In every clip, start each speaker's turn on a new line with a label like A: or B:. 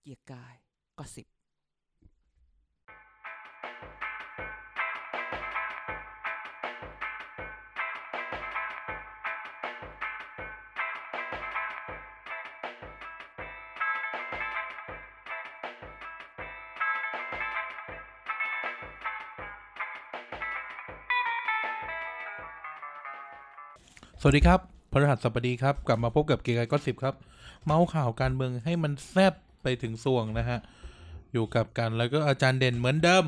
A: เกียร์กายก็สิบ
B: สวัสดีครับพฤหัสบดีครับ กลับมาพบกับเกียร์กายก็สิบครับ เมาส์ข่าวการเมืองให้มันแซบไปถึงส่วงนะฮะ อยู่กับกันแล้วก็อาจารย์เด่นเหมือนเดิม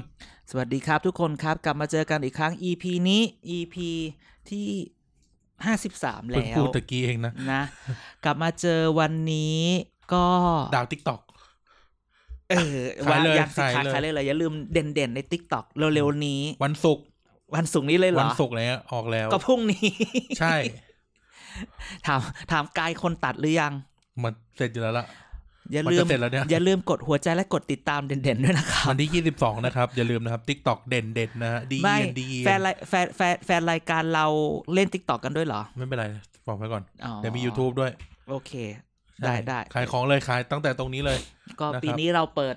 A: สวัสดีครับทุกคนครับ กลับมาเจอกันอีกครั้ง EP นี้ EP ที่ห้าสิบสาม
B: เพิ่ง
A: แล้
B: พู
A: ว
B: ดตะกี้เองนะ
A: นะ กลับมาเจอวันนี้ก็
B: ดาวทิกตอก
A: เออ
B: ขา
A: ว่าย
B: เลย
A: ยังสิ
B: ขาย
A: ขาย
B: เลย
A: ขายเลยเหรออย่าลืมเด่นๆใน t ิ k t o k เร็วๆนี้
B: วันศุกร์
A: วันศุกร์นี้เลยเหร
B: วั
A: อ
B: ศุกร์แล้วออกแล้ว
A: ก็พรุ่งนี้
B: ใช่
A: ถามถามกายคนตัดหรือยัง
B: มันเสร็จอ ยู่แล้วล่ะ
A: อย่า
B: มัน
A: ลื
B: จะ
A: ม
B: เสร็จแล้วเนี่ย
A: อย่าลืมกดหัวใจและกดติดตามเด่นๆด้วยนะครับ
B: วันที่ยี่สิบสองนะครับ อย่าลืมนะครับทิกตอกเด่นเด่นนะฮะดี
A: ไม่
B: ดี
A: แฟนรายแฟนแฟนแฟนรายการเราเล่น t ิ k t o k กันด้วยเหรอ
B: ไม่เป็นไรบอกไว้ก่อน
A: อ๋อ
B: เดี๋ยวมี YouTube ด้วย
A: โอเค ได้ได้
B: ขายของเลยขายตั้งแต่ตรงนี้เลย
A: ก็
B: นะครับ
A: ปีนี้เราเปิด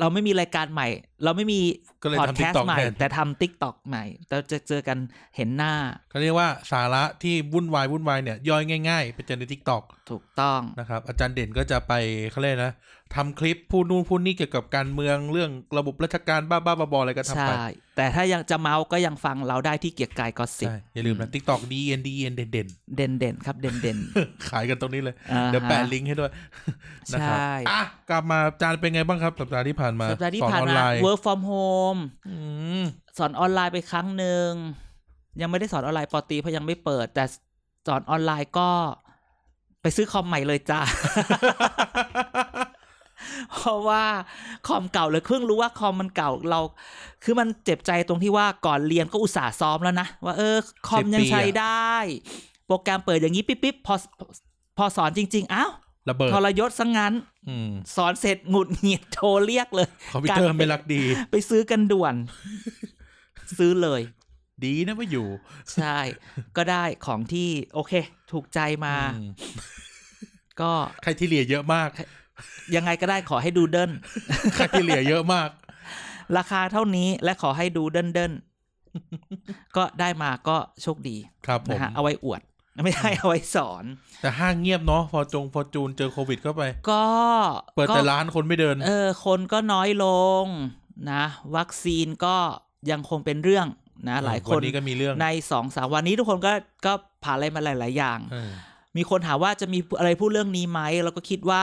A: เราไม่มีรายการใหม่ เราไม่มี
B: ก็เลย
A: พ
B: ทำ
A: อดแคส
B: TikTok
A: ต์ใหม่
B: แทน
A: แต่ทำ t ิ k t o k ใหม่เราจะเจอกันเห็นหน้า
B: เขาเรียกว่าสาระที่วุ่นวายวุ่นวายเนี่ยย่อยง่ายๆไปเจอในทิกตอก
A: ถูกต้อง
B: นะครับอาจารย์เด่นก็จะไปเขาเรียกนะทำคลิปพูดนู่นพูดนี่เกี่ยวกับการเมืองเรื่องระบบราชการบ้าบ้าๆบอบอๆอะไรก็ทำ
A: ใช่
B: ไป
A: แต่ถ้ายังจะเมาส์ก็ยังฟังเราได้ที่เกียร์กายก็สิบ
B: ใช่อย่าลืมนะทิกตอกดีเอ็นดีเอ็นเด่น
A: เด่นเด่นๆครับ เด่นเด่น
B: ๆ ขายกันตรงนี้เลย
A: ๆอ่าฮ
B: เดี๋ยวแปะลิงก์ให้ด้วยนะครับ
A: ใช่
B: อ่ะกลับมาอาจารย์เป็นไงบ้างครับ สัปดาห์ที่ผ่านมา
A: สัปดาห์ที่
B: สอน
A: ผ่าน
B: ออน
A: มา
B: ไลน์
A: work from home
B: อืม
A: สอนออนไลน์ไปครั้งหนึ่ง ยังไม่ได้สอนออนไลน์ปอตรีเพราะยังไม่เปิด แต่สอนออนไลน์ก็ไปซื้อคอมใหม่เลยจ้า เพราะว่าคอมเก่าเลยเพิ่งรู้ว่าคอมมันเก่าเรา คือมันเจ็บใจตรงที่ว่าก่อนเรียนก็อุตส่าห์ซ้อมแล้วนะ ว่าเออ คอมยังใช้ได้ โปรแกรมเปิดอย่างนี้ปิ๊บปิ๊บพอพอสอนจริง ๆ อ้าว
B: ระเบิด
A: ทรยศซะงั้น
B: อืม
A: สอนเสร็จหงุดหงิดโทรเรียกเลย
B: คอมพิวเตอร์ไม่รักดี
A: ไปซื้อกันด่วน ซื้อเลย
B: ดีนะไม่อยู่
A: ใช่ ก็ได้ของที่โอเค ถูกใจมา
B: อืม
A: ก็
B: ใครที่เหลียเยอะมาก
A: ยังไงก็ได้ขอให้ดูเดิน
B: ใครที่เหลียเยอะมาก
A: ราคาเท่านี้และ ขอให้ดูเดินเดินก็ได้มาก็โชคดี
B: ครับผม
A: นะฮะเอาไว้อวด ไม่ใช่เอาไว้สอน
B: แต่ห้างเงียบเนาะพอจงพอจูนเจอโควิดเข้าไป
A: ก็
B: เปิด
A: ก็
B: แต่ร้านคนไม่เดิน
A: เออ คนก็น้อยลงนะ วัคซีนก็ยังคงเป็นเรื่องนะ หลายคน
B: วันนี้ก็มีเรื่อง
A: ในสองสามวันนี้ทุกคนก็ก็ผ่านอะไรมาหลาย ๆ อย่าง
B: เออ
A: มีคนถามว่าจะมีอะไรพูดเรื่องนี้ไหมเราก็คิดว่า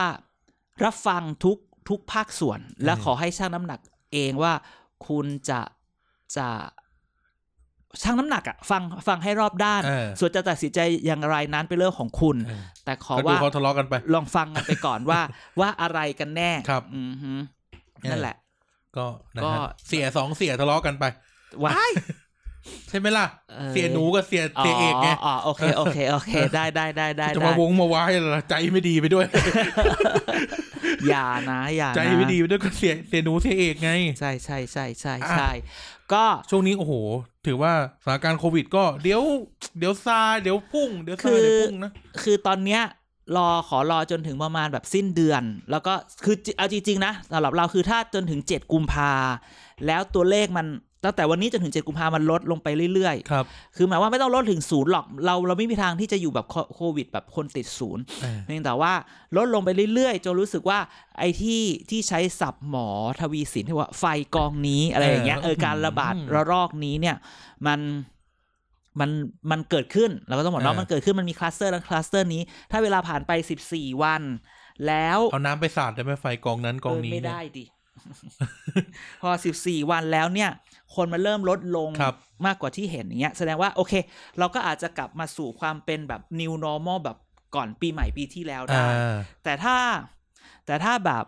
A: รับฟังทุกทุกภาคส่วน และขอให้ช่างน้ำหนักเองว่า คุณจะจะช่างน้ำหนักอะฟังฟังให้รอบด้าน
B: เออ
A: ส่วนจะตัดสินใจอย่างไรนั้นเป็นเรื่องของคุณ
B: เออ
A: แต่ขอ
B: ก็ดู
A: ว่า
B: เขาทะเลาะกันไป
A: ลองฟังกันไปก่อนว่า ว่าอะไรกันแน่
B: ครับ
A: อือฮึ
B: เออ
A: นั่นแหละ
B: ก็นะ
A: ก็
B: ฮะเสียสองเสียทะเลาะกันไป
A: ว้าย
B: ใช่ไหมล่ะ
A: เออ
B: เสียหนูกับเสียเสียเอกไง
A: อ๋อโอเคโอเคโอเค ได้ได้ได้ได้
B: จะ
A: ได้
B: มาวงมาวายอะไรล่ะใจไม่ดีไปด้วย
A: อย่านะอย่า
B: ใจ
A: นะ
B: ไม่ดีไปด้วยก็เสียเสียหนูเสียเอกไง
A: ใช่ใช่ใช่ใช่ใช่ก็
B: ช่วงนี้โอ้โห ถือว่าสถานการณ์โควิดก็เดี๋ยว เดี๋ยวซาเดี๋ยวพุ่งเดี๋ยวซา
A: คือ
B: เดี๋ยวพุ่งนะ
A: คือตอนเนี้ยรอขอรอจนถึงประมาณแบบสิ้นเดือน แล้วก็คือเอาจริงๆนะสำหรับเราคือถ้าจนถึง 7 กุมภาแล้วตัวเลขมันตั้งแต่วันนี้จนถึง 7 กุมภามันลดลงไปเรื่อย
B: ครับ
A: ๆ คือหมายว่าไม่ต้องลดถึงศูนย์หรอกเราเราไม่มีทางที่จะอยู่แบบโคโควิดแบบคนติดศูนย์เพียงแต่ว่าลดลงไปเรื่อยๆจนรู้สึกว่าไอ้ที่ที่ใช้ศัพท์หมอทวีสินที่ว่าไฟกองนี้อะไรอย่างเงี้ย
B: เออ
A: เออการระบาด
B: อืม
A: ระลอกนี้เนี่ยมัน มันมันเกิดขึ้นเราก็ต้องบอกเนาะ
B: อ่ามั
A: มันเกิดขึ้นมันมีคลัสเตอร์นั้นคลัสเตอร์นี้ ถ้าเวลาผ่านไปสิบสี่วัน แล้ว
B: เอาน้ำไปสาดได้ไหมไฟกองนั้นกองนี้
A: เไม่
B: เนี่ย
A: ได้ดิ พอสิบสี่วันแล้วเนี่ย คนมันเริ่มลดลง
B: ครับ
A: มากกว่าที่เห็นอย่างเงี้ยแสดงว่าโอเค เราก็อาจจะกลับมาสู่ความเป็นแบบ new normal แบบก่อนปีใหม่ปีที่แล้วได้
B: อ่า
A: แต่ถ้าแต่ถ้าแบบ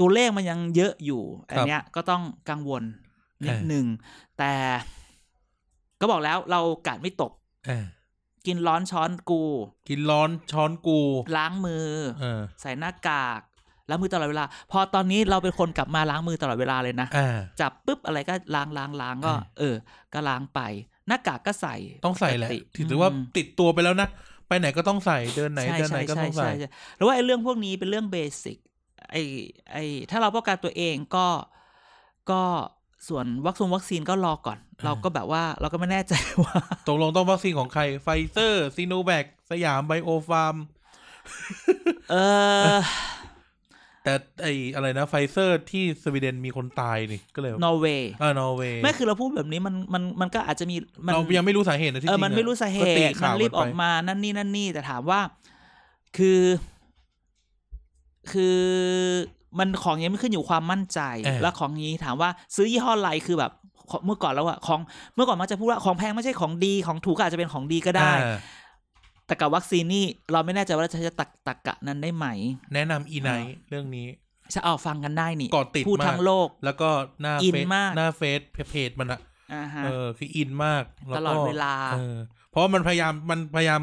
A: ตัวเลขมันยังเยอะอยู่ อันเนี้ยก็ต้องกังวลนิด
B: เออ
A: หนึ่งแต่ก็บอกแล้วเรากาดไม่ตก
B: เออ
A: กินร้อนช้อนกู
B: กินร้อนช้อนกู
A: ล้างมือ
B: เออ
A: ใส่หน้ากากล้างมือตลอดเวลา พอตอนนี้เราเป็นคนกลับมาล้างมือตลอดเวลาเลยนะ
B: อ่า
A: จับปุ๊บอะไรก็ล้างล้างล้างก็
B: อ่า
A: เออ ก็ล้างไป หน้ากากก็ใส่
B: ต้องใส่แหละ
A: ปก
B: ถือว่า
A: อืม
B: ติดตัวไปแล้วนะ ไปไหนก็ต้องใส่ เดินไหน
A: ใช่
B: เดินไหน
A: ใช่
B: ก็
A: ใช่
B: ต้อง
A: ใช่
B: ใส่
A: ใช่แล้วว่าไอ้เรื่องพวกนี้เป็นเรื่องเบสิก ไอไอถ้าเราป้องกันตัวเองก็ก็ส่วนวัคซีนวัคซีนก็รอก่อน เราก็แบบว่าเราก็ไม่แน่ใจว่า
B: ตกลงต้องวัคซีนของใครไฟเซอร์ซีโนแวคสยามไบโอฟาร์ม
A: เออ
B: แต่ไออะไรนะไฟเซอร์ที่สวีเดนมีคนตายนี่ก็เลย
A: นอร์เวย์
B: เออนอร์เวย์
A: ไม่คือเราพูดแบบนี้มันมันมันก็อาจจะมีมัน
B: เรายังไม่รู้สาเหตุนะที่
A: เอ
B: จ
A: อ
B: ริง
A: มันไม่รู้สาเห
B: ก็
A: ตุ
B: ตี
A: มั
B: ข่านว
A: รีบออก
B: ไป
A: มา นั่นนี่ นั่นนี่ แต่ถามว่า คือ คือ มันของอย่างนี้มันขึ้นอยู่ความมั่นใจ แล้วของนี้ถามว่าซื้อยี่ห้ออะไร คือแบบของเมื่อก่อนแล้วอะของ เมื่อก่อนมันจะพูดว่าของแพงไม่ใช่ของดี ของถูกก็อาจจะเป็นของดีก็ได้
B: อ่า
A: แต่กับวัคซีนนี่ เราไม่แน่ใจว่าเราจะใช้ตักตักกะนั้นได้ไหม
B: แนะนำอีไนท์เรื่องนี้
A: จะเอาฟังกันได้นี่
B: เกาะติด
A: พูด
B: มาก
A: ทั้งโลก
B: แล้วก็หน้า
A: อิน
B: เฟซ
A: มาก
B: หน้าเฟซเพจมันอะ
A: อ่าฮะ
B: เออคืออินมากแก็
A: ตลอดเวลา
B: เออเพราะว่ามันพยายามมันพยายาม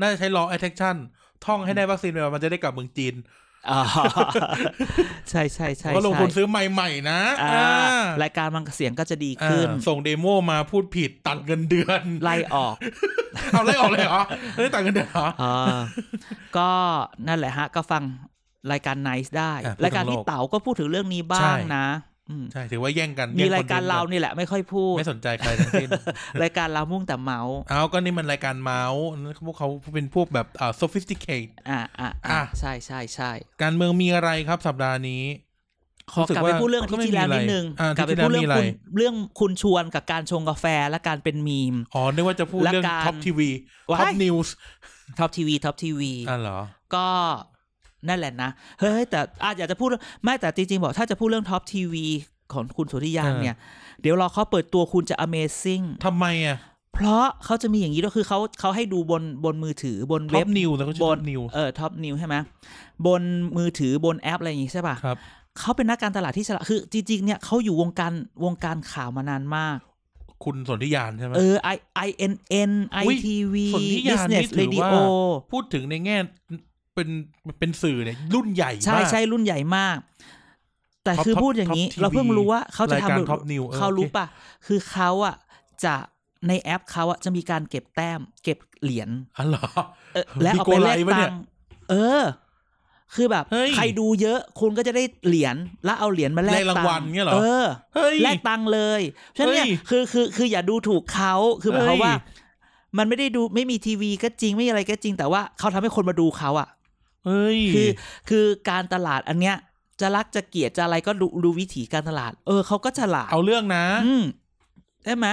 B: น่าจะใช้ law attraction ท่องให้ได้วัคซีนไปมันจะได้กลับเมืองจีน
A: อ ใช่ใช่ใช่
B: ก็ลงทุน
A: ใช่
B: ซื้อใหม่ๆนะ
A: อ่า
B: อ่าร
A: ายการมันเสียงก็จะดีขึ้น
B: อ่าส่งเดโมมาพูดผิดตัดเงินเดือน
A: ไล่ออก
B: เอาไล่ออกเลยเหรอไม่ได้ต่างกันเดือนเหรอ
A: อ่าก็นั่นแหละฮะ ก็ฟังรายการ Nice ได้
B: อ่ะ
A: รายการ
B: พูด
A: พี่
B: ถึงโลก
A: เต๋าก็พูดถึงเรื่องนี้บ้า
B: ใช่
A: งนะ อืม
B: ใช่ถือว่าแย่งกัน
A: มี
B: แย่ง
A: รายการ
B: คอนทนต์
A: เรานี่แหละไม่ค่อย พูด
B: ไม่สนใจใครทั้ง สิ้น
A: รายการเรามุ่งแต่เมาส์
B: เอาก็นี่มันรายการเมาส์พวกเขาเป็นพวกแบบอ่า sophisticate
A: อ่ะอ่ะ
B: อ่ะ
A: อ่ะใช่ใช่ใช่
B: การเมืองมีอะไรครับสัปดาห์นี้
A: ขอกลับไปพูดเรื่องอาที่ที่แล้วนิดนึง
B: อ่ะ
A: กลับไป
B: อาทิตย์ที่
A: พูดเรื่อง
B: แล้วมี
A: คุณ
B: อะไร
A: เรื่องคุณชวนกับการชงกาแฟและการเป็นมีม
B: อ๋อนึกว่าจะพูด
A: และ
B: เรื่อง
A: การ
B: ท็อปทีวี
A: ว้าย
B: ท็อปนิวส์
A: ท็อปทีวีท็อปทีวี
B: อ่ะเหรอ
A: ก็นั่นแหละนะ เฮ้ยแต่อาจอยากจะพูดไม่แต่จริงๆบอกถ้าจะพูดเรื่องท็อปทีวีของคุณสุธิยาน
B: อ่ะ
A: เนี่ย เดี๋ยวรอเขาเปิดตัวคุณจะ Amazing
B: ทำไมอ่ะ
A: เพราะเขาจะมีอย่างนี้ด้วยคือเขาเขาให้ดูบนบนมือถือบน
B: ท็อ
A: เว็
B: ป
A: บ
B: นิวแล้วก็ชื่อท็อปนิว
A: เออท็อปนิวใช่ไหมบนมือถือบนแอปอะไรอย่างงี้ใช่ป่ะ
B: ครับ
A: เขาเป็นนักการตลาดที่ฉลาดคือจริงๆเนี่ยเขาอยู่วงการวงการข่าวมานานมาก
B: คุณสนธิยานใช่ไหม
A: เออ i i n n i
B: อุ๊ย
A: t v
B: สนธิยานนี่
A: business
B: ถือ
A: radio
B: ว่า พูดถึงในแง่เป็นเป็นสื่อเนี่ยรุ่นใหญ่มาก
A: ใช่ใช่รุ่นใหญ่มาก แต่คือ
B: Top-
A: พูดอย่างนี้
B: Top TV
A: เราเพิ่งรู้ว่าเขาจะ
B: ราย
A: ทำ
B: การ
A: หรือ
B: Top News เออ
A: เขารู้
B: โอเค
A: ป่ะ คือเขาอ่ะจะในแอปเขาอ่ะจะมีการเก็บแต้ม เก็บเหรียญ
B: อ๋อเหรอ
A: เออและเอาไปแลก
B: มีโกไลปะเนี่
A: ตั
B: ย
A: งค์เออ คือแบบ
B: เฮ้ย
A: ใครดูเยอะ คุณก็จะได้เหรียญแล้วเอาเหรียญมาแลก
B: แลกรางวัล
A: ตัค์
B: เงี้ยเหรอ
A: เออ
B: เฮ้ย
A: แลกตังค์เลยฉะนั้นเนี่ย
B: เฮ้ย
A: คือคือคืออย่าดูถูกเขาคือหมายความ
B: เฮ้ย
A: ว่า มันไม่ได้ดูไม่มีทีวีก็จริงไม่มีอะไรก็จริง แต่ว่าเขาทำให้คนมาดูเขาอ่ะ
B: เฮ้ย
A: คือคือการตลาดอันเนี้ย จะรักจะเกลียดจะอะไรก็ดูดูวิถีการตลาด เออเขาก็ฉลาด
B: เอาเรื่องนะ
A: อืมใช่ไหม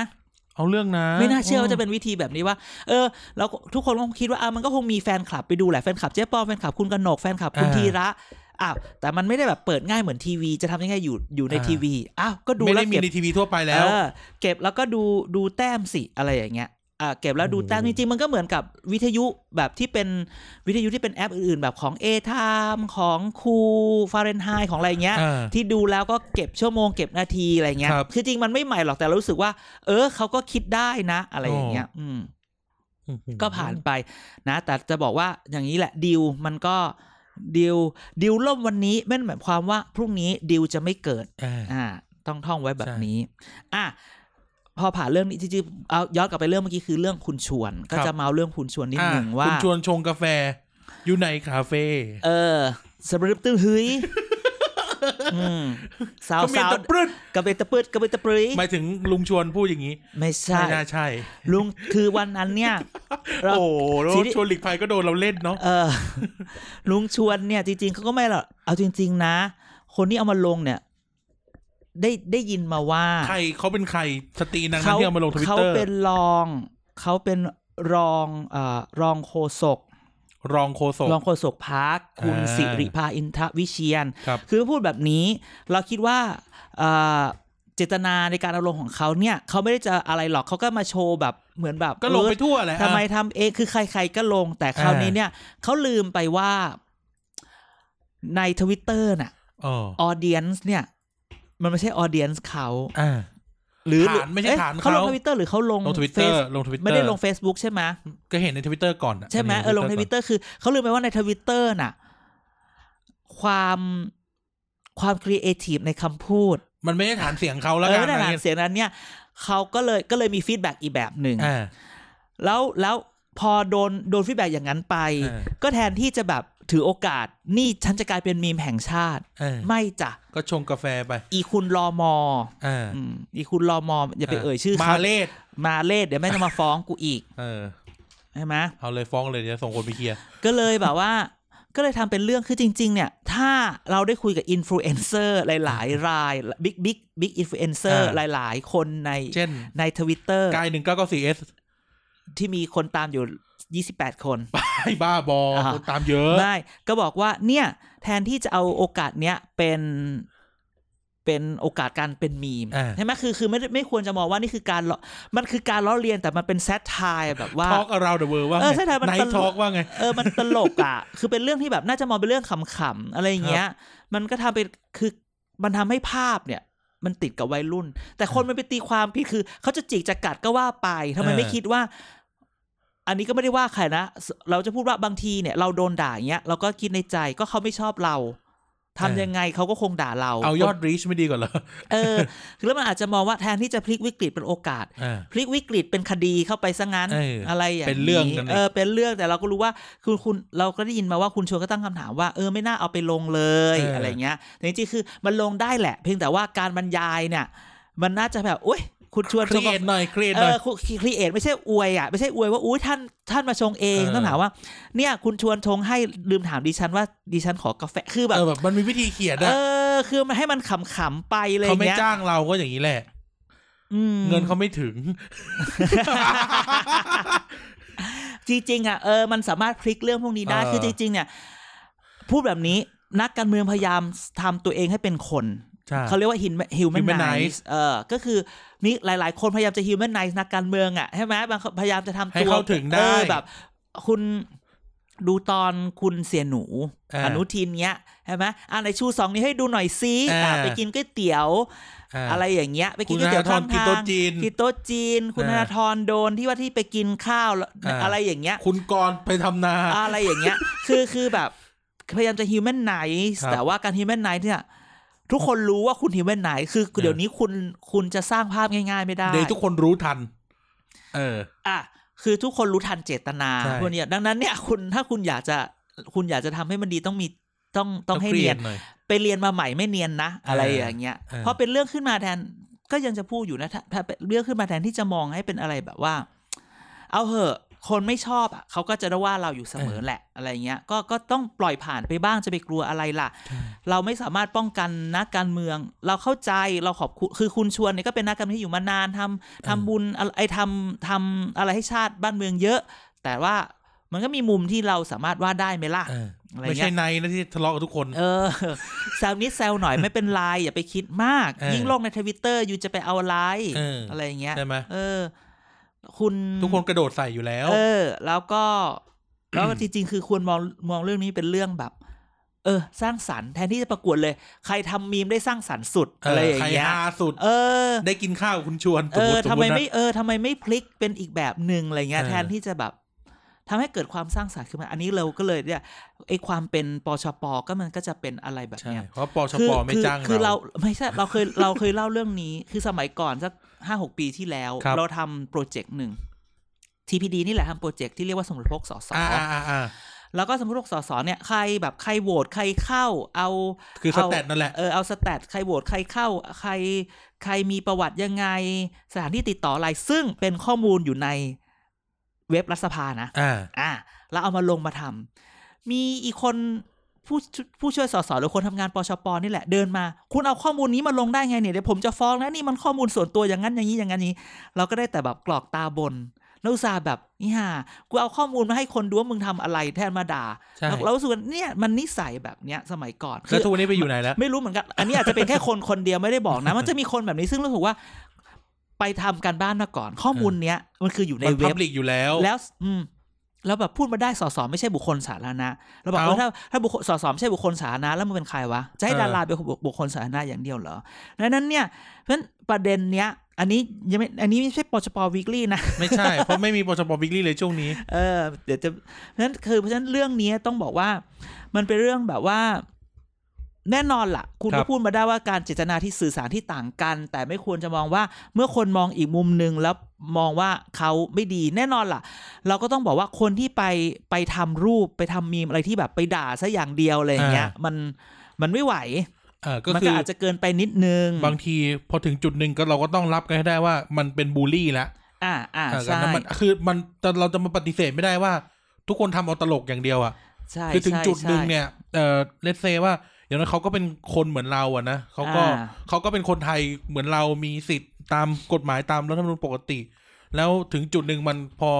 B: เอาเรื่องนะ
A: ไม่น่าเชื่อว่าจะเป็นวิธีแบบนี้ว่า เออ แล้วทุกคนก็คงคิดว่าอ่ะมันก็คงมีแฟนคลับไปดูแหละ แฟนคลับเจ๊ปอมแฟนคลับคุณกนก แฟนคลับคุณธีระอ้าวแต่มันไม่ได้แบบเปิดง่ายเหมือนทีวี จะทำยังไงอยู่อยู่ในทีวีอ้าวก็ดู
B: ไม่
A: แล้
B: ได้
A: ว
B: มี
A: เก็บ
B: ในทีวีทั่วไปแล้ว
A: เออเก็บแล้วก็ดูดูแต้มสิอะไรอย่างเงี้ยอ่าเก็บแล้วดูแต้มจ
B: โอ้โห
A: ริงๆมันก็เหมือนกับวิทยุแบบที่เป็นวิทยุที่เป็นแอปอื่นๆแบบของเอทามของคูฟาเรนไฮของอะไรอย่างเงี้ย
B: อ่า
A: ที่ดูแล้วก็เก็บชั่วโมงเก็บนาทีอะไรเงี้ย
B: ครับ
A: คือจริงมันไม่ใหม่หรอกแต่เรารู้สึกว่า เออเขาก็คิดได้นะ อะไรอย่างเงี้ย อืม ก็ผ่านไปนะ แต่จะบอกว่าอย่างนี้แหละดิวมันก็ดิวดิวล่มวันนี้ไม่ได้หมายความว่าพรุ่งนี้ดิวจะไม่เกิด
B: อ่า
A: อ่า ต้องท่องไว้แบบ
B: ใช่
A: นี้ อ่ะพอผ่านเรื่องนี้จริงๆเอาย้อนกลับไปเรื่องเมื่อกี้คือเรื่องคุณชวน ก็
B: ครับ
A: จะมาเอาเรื่องคุณชวนนิดหนึ่ง
B: อ่ะ
A: ว่า
B: คุณชวนชงกาแฟอยู่ในคาเฟ่
A: เออสำหรับตื้อหืยอืมสาว
B: ก็มี
A: สาว
B: ตะปรึด
A: กระเบนตะปืดกระเบนตะปรี
B: หมายถึงลุงชวนพูดอย่างนี้
A: ไม่ใช่
B: ไม่น่าใช่
A: ลุงคือวันนั้นเนี่ย เรา
B: โอ้โหแล้ว
A: ซีรีส์
B: ชวนหลีกภัยก็โดนเราเล่นเนาะ
A: เออ ลุงชวนเนี่ย จริง ๆเขาก็ไม่หรอกเอาจริง ๆ นะ คนที่เอามาลงเนี่ย ได้ได้ยินมาว่า
B: ใครเขาเป็นใครสตรีนางนั้นที่เอามาลงทวิต
A: เขา
B: เตอร์
A: เป็นรองเขาเป็นรองเอ่อรองโฆษก
B: รองโฆษก
A: รองโฆษกพักคุณ
B: อ่า
A: สิริภาอินทวิเชียน
B: ครับ
A: คือพูดแบบนี้เราคิดว่าเอ่อเจตนาในการเอาลงของเขาเนี่ยเขาไม่ได้จะอะไรหรอกเขาก็มาโชว์แบบเหมือนแบบ
B: ก็ลงไปทั่วแหละ
A: ทำไม
B: อ่ะ
A: ทำเองคือใคร ๆก็ลงแต่คราวนี้
B: อ่า
A: เนี่ยเขาลืมไปว่าในทวิตเตอร์น่ะ
B: อ๋อ
A: ออเดียนส์เนี่ย มันไม่ใช่ออเดียนส์เขา
B: อ่า
A: หรือ
B: ฐานไม่ใช่
A: เอ๊ะ
B: ฐานเขา
A: เขาลงทวิตเตอร์หรือเขาลง
B: ลงทวิตเตอร์
A: Face-
B: ลงทวิตเตอร์
A: ไม่ได้ลง Facebook ใช่ไหม
B: ก็เห็นในทวิตเตอร์ก่อนอะ
A: ใช่ไหมเออลงทวิตเตอร์คือเขาลืมไปว่าในทวิตเตอร์น่ะ ความความครีเอทีฟในคำพูด
B: มันไม่ใช่ฐานเสียงเขาแล้ว
A: เอ
B: กั
A: อน นั่นแหละ
B: อันนี้
A: เสียงนั้นเนี่ยเขาก็เลยก็เลยมีฟีดแบ็กอีกแบบหนึ่ง
B: อ่า
A: แล้วแล้วพอโดนโดนฟีดแบ็กอย่างนั้นไป
B: เออ
A: ก็แทนที่จะแบบ ถือโอกาส นี่ฉันจะกลายเป็นมีมแห่งชาติ
B: เออ
A: ไม่จ้ะ
B: ก็ชงกาแฟไป
A: อีคุณรอมอ
B: อ่า
A: อืมอีคุณรอมออย่าไปเอ่ยชื่อ
B: มา
A: เขา
B: เลด
A: มาเลศเดี๋ยวแม่งจะมาฟ้องกูอีก
B: เออ
A: ใช่ไหม
B: เอาเลยฟ้องเลยเดี๋ยวส่งคนไปเคลียร์
A: ก็เลยแบบว่า ก็เลยทำเป็นเรื่องคือจริง ๆ เนี่ย ถ้าเราได้คุยกับอินฟลูเอนเซอร์หลาย ๆ รายบิ๊กบิ๊กบิ๊กอินฟลูเอนเซอร์หลาย ๆ คนใน
B: เช่น
A: ในทวิตเตอร์
B: กายหนึ่งเก้าเก้าสี่เอส
A: ที่มีคนตามอยู่ 28 คน
B: ไอ้บ้าบอ
A: อ่า
B: คนตามเยอะ
A: ได้ก็บอกว่าเนี่ย แทนที่จะเอาโอกาสเนี้ยเป็นเป็นโอกาสการเป็นมีม
B: อ่า
A: ใช่ไหมคือคือไม่ได้ไม่ควรจะมองว่านี่คือการล้อมันคือการล้อเลียนแต่มันเป็นแซทไทแบบว่า
B: ทอล์กอราวเดอะเวิร์ว่า
A: เออใช่ใช่มัน
B: ไน
A: ตล
B: ท์
A: ก
B: ทอล์กว่าไง
A: เออ มันตลกอ่ะ คือเป็นเรื่องที่แบบน่าจะมองเป็นเรื่องขำๆอะไรอย่างเงี้ย มันก็ทำเป็นคือมันทำให้ภาพเนี่ย มันติดกับวัยรุ่น แต่คนมันไปตีความผิดคือเขาจะจิกจะกัดก็ว่าไปทำไม
B: เออ
A: ไม่คิดว่า อันนี้ก็ไม่ได้ว่าใครนะ เราจะพูดว่าบางทีเนี่ย เราโดนด่าอย่างเงี้ยเราก็คิดในใจก็เขาไม่ชอบเราทำยังไงเขาก็คงด่าเรา
B: เอายอดรีชไม่ดีกว่าเหรอ
A: เออคือแล้วมันอาจจะมองว่าแทนที่จะพลิกวิกฤตเป็นโอกาส
B: อ่า
A: พลิกวิกฤตเป็นคดีเข้าไปซะงั้น
B: เอออ
A: ไรอย่าง
B: เป็นเรื่องกันอีก
A: เออเป็นเรื่องแต่เราก็รู้ว่าคุณคุณเราก็ได้ยินมาว่าคุณชวนก็ตั้งคำถามว่าเออไม่น่าเอาไปลงเลยอะไรเงี้ยแต่จริงๆคือมันลงได้แหละ เพียงแต่ว่าการบรรยายเนี่ย มันน่าจะแบบอุ้ยคุณชวน
B: เครียดหน่อยเครียด
A: เอ
B: หน่อย
A: อครีเอทไม่ใช่อวยอ่ะไม่ใช่อวยว่าอุ้ยท่านท่านมาชงเอง
B: เออ
A: ต้องถามว่า เนี่ยคุณชวนชงให้ลืมถามดิฉันว่าดิฉันขอกาแฟคือแบบ
B: เออแบบมันมีวิธีเขียน
A: เอ
B: อะ
A: อคือมันให้มันขำๆไปเลย
B: เขาไม่
A: เงี้ย
B: จ้างเราก็อย่างนี้แหละ
A: อืม
B: เงินเขาไม่ถึง
A: จริงๆอ่ะเออมันสามารถพลิกเรื่องพวกนี้ได้
B: เออ
A: คือจริง ๆ เนี่ย พูดแบบนี้นักการเมืองพยายามทำตัวเองให้เป็นคน
B: ใช่
A: เขาเรียกว่า human- humanize
B: humanize
A: เออก็คือนี่หลาย ๆ คนพยายามจะ humanize นักการเมืองอ่ะใช่ไหมบางคนพยายามจะทำ
B: ให้
A: ตัว
B: เข้าถึงได้
A: ออแบบ คุณดูตอนคุณเสียหนู
B: เอออ
A: นุทินเนี้ยใช่ไหมอ่าในชูสองนี้วให้ดูหน่อยซิ
B: เอออ่
A: ะไปกินก๋วยเตี๋ยว
B: อ่า
A: อะไรอย่างเงี้ยไปกิน
B: คุ
A: ก๋ว
B: ณ
A: ยเตี๋ยว
B: ธนาธร
A: ข้าง
B: กิน
A: ทาง
B: โต๊ะจีน
A: กินโต๊ะจีน คุณธ
B: อ่า
A: นาธรโดนที่ว่าที่ไปกินข้าวแล้ว
B: อ่า
A: อะไรอย่างเงี้ย
B: คุณกรณ์ไปทำนา
A: อะไรอย่างเงี้ย คือคือแบบพยายามจะ human n i c e
B: ครับ
A: แต่ว่าการ human n i c e เนี่ย ทุกคนรู้ว่าคุณ human n i c e คือ
B: เออ
A: เดี๋ยวนี้คุณคุณจะสร้างภาพง่าย ๆ ไม่ได้
B: เดี๋ยวทุกคนรู้ทัน เออ
A: อ่ะคือทุกคนรู้ทันเจตนา
B: ใช่
A: พวกเนี้ยดังนั้นเนี่ยคุณถ้าคุณอยากจะคุณอยากจะทำให้มันดีต้องมีต้องต้องให้
B: ค
A: เนียน
B: หน่อย
A: ไปเรียนมาใหม่ไม่เนียนนะ อะไรอย่างเงี้ย
B: เออ
A: พอเป็นเรื่องขึ้นมาแทนก็ยังจะพูดอยู่นะถ้าถ้าเป็นเรื่องขึ้นมาแทนที่จะมองให้เป็นอะไรแบบว่า เอาเหอะ คนไม่ชอบอ่ะเขาก็จะได้ว่าเราอยู่เสมอแหละอะไรเงี้ยก็ก็ต้องปล่อยผ่านไปบ้างจะไปกลัวอะไรล่ะ เราไม่สามารถป้องกันนักการเมือง เราเข้าใจเราขอบคุณคือคุณชวนเนี่ยก็เป็นนักการเมืองที่อยู่มานานทำทำบุญอะไรไอ้ทำทำอะไรให้ชาติบ้านเมืองเยอะ แต่ว่ามันก็มีมุมที่เราสามารถว่าได้ไหมล่ะ
B: เอออะไร
A: เงี้ย
B: ไม่ใช่ในนะที่ทะเลาะกับทุกคน
A: เออแซวนิดแซวหน่อยไม่เป็นไรอย่าไปคิดมาก
B: เออ
A: ยิ่งโลกในทวิตเตอร์อยู่จะไปเอาอะไร
B: เอออ
A: อะไรอย่างเงี้ย
B: ใช่ไหม
A: เออ คุณ
B: ทุกคนกระโดดใส่อยู่แล้ว
A: เออ แล้วก็ แล้วก็ จริง ๆ คือควรมองมองเรื่องนี้เป็นเรื่องแบบ เออ สร้างสรรค์แทนที่จะประกวดเลย ใครทำมีมได้สร้างสรรค์สุด
B: เอ
A: อะไร
B: อ
A: อย่าง
B: ใคร
A: เงี้ย
B: ฮาสุด
A: เออ
B: ได้กินข้าวกับคุณชวน
A: เออ
B: สติ
A: ทำไม
B: สตินะ
A: ไม่เออทำไมไม่พลิกเป็นอีกแบบหนึ่งอะไรเงี้ย
B: เออ
A: แทนที่จะแบบทำให้เกิดความสร้างสรรค์ขึ้นมา อันนี้เราก็เลยเนี่ยไอความเป็นปชปก็มันก็จะเป็นอะไรแบบ
B: ใช่
A: เนี้ย
B: เพราะปช
A: คือ
B: ปไม่
A: คือ
B: จ้าง
A: คือเรา
B: เรา
A: ไม่ใช่เราเคย เราเคยเล่าเรื่องนี้ คือสมัยก่อนสักห้าหกปีที่แล้ว
B: ครับ
A: เราทำโปรเจกต์หนึ่ง TPD นี่แหละทำโปรเจกต์ที่เรียกว่าสมุดพกสอสอ
B: อ่าอ่าอ่า
A: แล้วก็สมุดพกสอสอเนี่ยใครแบบใครโหวตใครเข้า เอา
B: คือส
A: เา
B: แตทนั่นแหละ
A: เออเอาสแตทใครโหวตใครเข้า ใครใครมีประวัติยังไง สถานที่ติดต่ออะไรซึ่งเป็นข้อมูลอยู่ในเว็บรัฐสภานะ
B: อ่า
A: อ่ะแล้วเอามาลงมาทำมีอีกคนผู้ผู้ช่วยสสหรือคนทำงานปชปนี่แหละเดินมา คุณเอาข้อมูลนี้มาลงได้ไงเนี่ยเดี๋ยวผมจะฟ้องนะนี่มันข้อมูลส่วนตัวอย่างนั้นอย่างนี้อย่างนั้นอย่างนี้ เราก็ได้แต่แบบกรอกตาบนแล้วอุตส่าห์แบบนี่ฮ่ากูเอาข้อมูลมาให้คนดูว่ามึงทำอะไรแทนมาด่า
B: ใช่
A: เราเรารู้สึกว่าเนี่ยมันนิสัยแบบเนี้ยสมัยก่อนคื
B: แล้ว
A: อ
B: ทุกวันนี้ไปอยู่ไหนแล้ว
A: ไม่รู้เหมือนกัน อันนี้อาจจะเป็นแค่คนคนเดียวไม่ได้บอกนะ มันจะมีคนแบบนี้ซึ่งรู้สึกว่า ไปทำการบ้านมาก่อน ข้อมูลเนี้ยมันคืออยู่ใน
B: มัน
A: เว็
B: พั
A: บ
B: บลิกอยู่แล้ว
A: แล้วอืมแล้วแบบพูดมาได้สอสอไม่ใช่บุคคลสาธารณะเราบอก
B: เอ้า
A: เออถ้าถ้าบุคคลสอสอไม่ใช่บุคคลสาธารณะแล้วมันเป็นใครวะ จะให้
B: เออ
A: ดาราเป็นบุคบุคคลสาธารณะอย่างเดียวเหรอดังนั้นเนี่ยเพราะฉะนั้นประเด็นเนี้ย อันนี้ยังไม่อันนี้ไม่ใช่ปชปวิกฤตนะ
B: ไม่ใช่ เพราะไม่มีปชปบิ๊กลี่เลยช่วงนี้
A: เออเดี๋ยวจะเพราะฉะนั้นคือเพราะฉะนั้นเรื่องนี้ต้องบอกว่า มันเป็นเรื่องแบบว่า แน่นอนละ่ะ คุณ
B: ครั
A: ก็
B: บ
A: พูดมาได้ว่าการเจตนาที่สื่อสารที่ต่างกัน แต่ไม่ควรจะมองว่าเมื่อคนมองอีกมุมหนึ่งแล้วมองว่าเขาไม่ดีแน่นอนล่ะ เราก็ต้องบอกว่าคนที่ไปไปทำรูปไปทำมีมอะไรที่แบบไปด่าซะอย่างเดียวอะไรอย่างเงี้ย มันมันไม่ไหว
B: อ่าก็
A: มัน
B: คื
A: ก็
B: อ
A: อาจจะเกินไปนิดนึง
B: บางทีพอถึงจุดหนึ่งก็เราก็ต้องรับกันให้ได้ว่ามันเป็นบูลลี่แล้ว
A: อ่าอ่า
B: อ่า
A: ใช่
B: แล้วมันคือมันแต่เราจะมาปฏิเสธไม่ได้ว่า ทุกคนทำเอาตลกอย่างเดียวอ่ะ
A: ใช่
B: คือถึง
A: ใช่
B: จุดหนึ่ง
A: ใช่
B: เนี่ยเออเลตเซว่า อย่างนั้นเขาก็เป็นคนเหมือนเราอะนะเขาก็
A: อ่า
B: เขาก็เป็นคนไทยเหมือนเรามีสิทธิ์ตามกฎหมายตามรัฐธรรมนูญปกติ แล้วถึงจุดหนึ่งมันพอ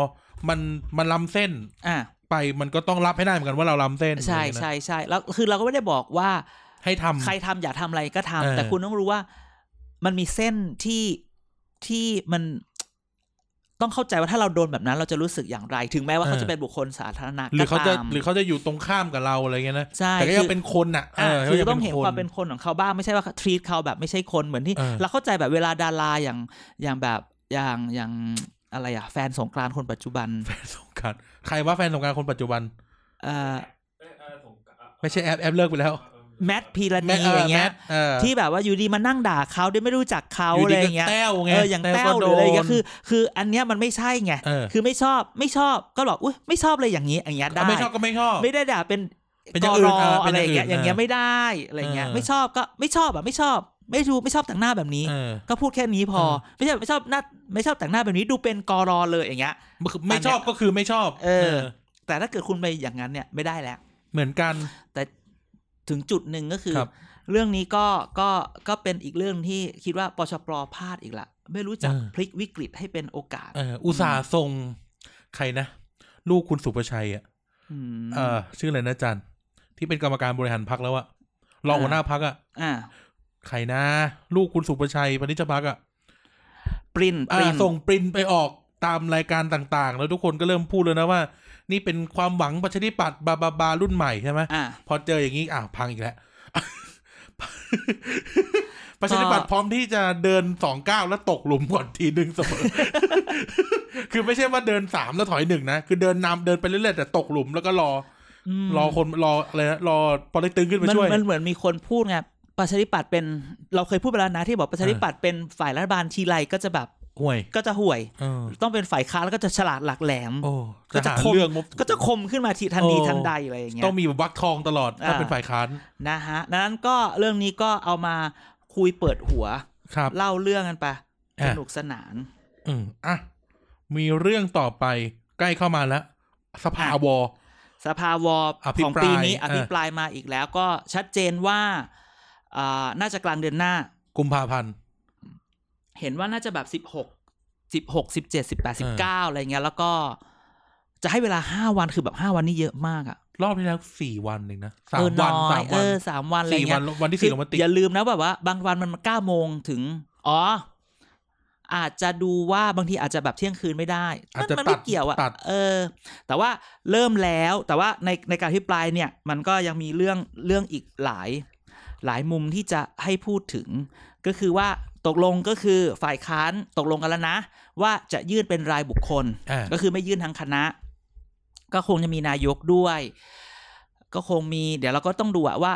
B: มันมันล้ำเส้น
A: อ่า
B: ไปมันก็ต้องรับให้ได้เหมือนกันว่าเราล้ำเส้น
A: ใช่
B: อะไรอย่างเงี้ยนะ
A: ใช่ใช่แล้วคือเราก็ไม่ได้บอกว่า
B: ให้ทำ
A: ใครทำอยากทำอะไรก็ทำ
B: เออ
A: แต่คุณต้องรู้ว่ามันมีเส้นที่ที่มัน ต้องเข้าใจว่าถ้าเราโดนแบบนั้น เราจะรู้สึกอย่างไร ถึงแม้ว่าเขาจะเป็นบุคคลสาธารณะ
B: หรื
A: ก็
B: อเขาจะ
A: ตาม
B: หรือเขาจะอยู่ตรงข้ามกับเราอะไรเงี้ยนะ
A: ใช่
B: แต่ก็ยังเป็นคนอ่ะเอ
A: อ่ะ
B: อ
A: คือ
B: ยัง
A: ต้องเห็น
B: ค
A: ความเป็นคนของเขาบ้างไม่ใช่ว่าทรีตเขาแบบไม่ใช่คนเหมือนที่
B: เออ
A: เราเข้าใจแบบเวลาดาราอย่างอย่างแบบอย่างอย่างอะไรอะแฟนสงกรานต์คนปัจจุบัน
B: แฟนสงกรารใครว่าแฟนสงกรารคนปัจจุบัน
A: เอ่อ
B: ไม่ใช่แอปแอปเลิกไปแล้ว
A: แมทพีร
B: แม
A: ณี
B: ท
A: อย่างเงี้ย
B: เออ
A: ที่แบบว่าอยู่ดีมานั่งด่าเขาด้วยไม่รู้จักเขา
B: อยู่
A: อะไรอ
B: ดีก็
A: ย่างเงี้ย
B: แต้วไง
A: เอออย่างแต้วห
B: ก็
A: รืออะไรอย่างเงี้ย
B: โดน
A: คือ คืออันเนี้ยมันไม่ใช่ไง
B: เออ
A: คือไม่ชอบไม่ชอบก็บอกอุ้ยไม่ชอบเลยอย่างนี้อย่างเงี้ยได้
B: ไม่ชอบก็ไม่ชอบ
A: ไม่ได้ด่าเป็น
B: เป็น
A: ก
B: อย่างอื่
A: ร
B: น
A: อ
B: เออเป็
A: อะ
B: น
A: ไรอย่
B: อา
A: ย่าง งเงี้ยอ
B: อื่น
A: ย่างเงี้ยไม่ได้อะไรอย่างเงี้ย
B: เออ
A: ไม่ชอบก็ไม่ชอบอ่ะไม่ชอบ ไม่รู้ไม่ชอบแต่งหน้าแบบนี้
B: เออ
A: ก็พูดแค่นี้พอ
B: เออ
A: ไม่ใช่ไม่ชอบหน้าไม่ชอบแต่งหน้าแบบนี้ดูเป็นกรอเลยอย่างเงี้ย
B: คือไม่ชอบก็คือไม่ชอบ
A: เออ แต่ถ้าเกิดคุณไปอย่างนั้นเนี่ยไม่ได้แล้ว
B: เหมือนกัน
A: ถึงจุดหนึ่งก็คือ
B: ครับ
A: เรื่องนี้ก็ก็ก็เป็นอีกเรื่องที่คิดว่าปชปพลาดอีกละไม่รู้จัก
B: เออ
A: พลิกวิกฤตให้เป็นโอกาส
B: เอออุตส่าห์ส่งใครนะ ลูกคุณสุประชัยอ่ะ
A: ม
B: เออชื่ออะไรนะจันที่เป็นกรรมการบริหารพักแล้วอะรอง
A: อ่า
B: หัวหน้าพักอะ
A: อ่า
B: ใครนะ ลูกคุณสุประชัยปณิชพักอะ
A: ปรินป
B: อ่า
A: ริน
B: ส่งปรินไปออกตามรายการต่างๆ แล้วทุกคนก็เริ่มพูดเลยนะว่า นี่เป็นความหวังประชาธิปัตย์บาบาบารุ่นใหม่ใช่ไหม
A: อ่า
B: พอเจออย่างนี้อ่าวพังอีกแล้ว ประชาธิปัตย์พร้อมที่จะเดินสองก้าวแล้วตกหลุมก่อนทีหนึ่งเสมอ คือไม่ใช่ว่าเดินสามแล้วถอยหนึ่งนะ คือเดินนำเดินไปเรื่อยๆแต่ตกหลุมแล้วก็รออ
A: ม
B: รอคนรออะไรนะรอปอเล็กตึงขึ้นมา
A: มัน
B: ช่วย
A: มันเหมือนมีคนพูดไงประชาธิปัตย์เป็นเราเคยพูดไปแล้วนะที่บอกประชาธิปัตย์เป็นฝ่ายรัฐบาลทีไรก็จะแบบ
B: ห่วย
A: ก็จะห่วย
B: เออ
A: ต้องเป็นฝ่ายค้านแล้วก็จะฉลาดหลักแหลม
B: โอ้
A: ก็จะ
B: หา
A: คม
B: เรื่องงบ
A: ก็จะคมขึ้นมาทีทันที
B: โอ้
A: ทันใดอะไรอย่างเงี้
B: ต้อย งมีแบบวักทองตลอดถ้า
A: อ่า
B: เป็นฝ่ายค้าน
A: นะฮะดังนั้นก็เรื่องนี้ก็เอามาคุยเปิดหัว
B: ครับ
A: เล่าเรื่องกันไป
B: อ่ะ
A: สนุกสนาน
B: อืมอ่ะมีเรื่องต่อไปใกล้เข้ามาแล้วสภาวอ
A: สภาวอ
B: อภิ
A: ของ
B: ปราย
A: ปีนี้
B: เอ
A: อ
B: อ
A: ภิปรายมาอีกแล้วก็ชัดเจนว่าอ่าน่าจะกลางเดือนหน้า
B: กุมภาพันธ์
A: เห็นว่าน่าจะแบบสิบหกสิบหกสิบเจ็ดสิบแปดสิบเก้าอะไรเงี้ย แล้วก็จะให้เวลาห้าวันคือแบบห้าวันนี่เยอะมากอ่ะ
B: รอบที่แล้วสี่วันเองนะสา
A: เอ
B: ม
A: อ
B: วัน
A: น้อ
B: สาย ม
A: เอ
B: วัน
A: อสามวันอะไร
B: สี่วั
A: เงี้
B: น
A: ย
B: วันที่
A: คื
B: สี่
A: อ
B: ลงมติ
A: อย่าลืมนะแบบว่า บางวันมันเก้าโมงถึง อ๋อ อาจจะดูว่าบางทีอาจจะแบบเที่ยงคืนไม่ได้
B: อาจ
A: มัน
B: จะ
A: มัน
B: ตั
A: ไม่
B: ด
A: เกี่ยวอ่ะ
B: ตัด
A: เออ แต่ว่าเริ่มแล้วแต่ว่าในในการอภิปรายเนี่ย มันก็ยังมีเรื่องเรื่องอีกหลาย หลายมุมที่จะให้พูดถึง ก็คือว่าตกลงก็คือฝ่ายค้านตกลงกันแล้วนะ ว่าจะยื่นเป็นรายบุคคล
B: อ่า
A: ก็คือไม่ยื่นทั้งคณะ ก็คงจะมีนายกด้วย ก็คงมี เดี๋ยวเราก็ต้องดูอะว่า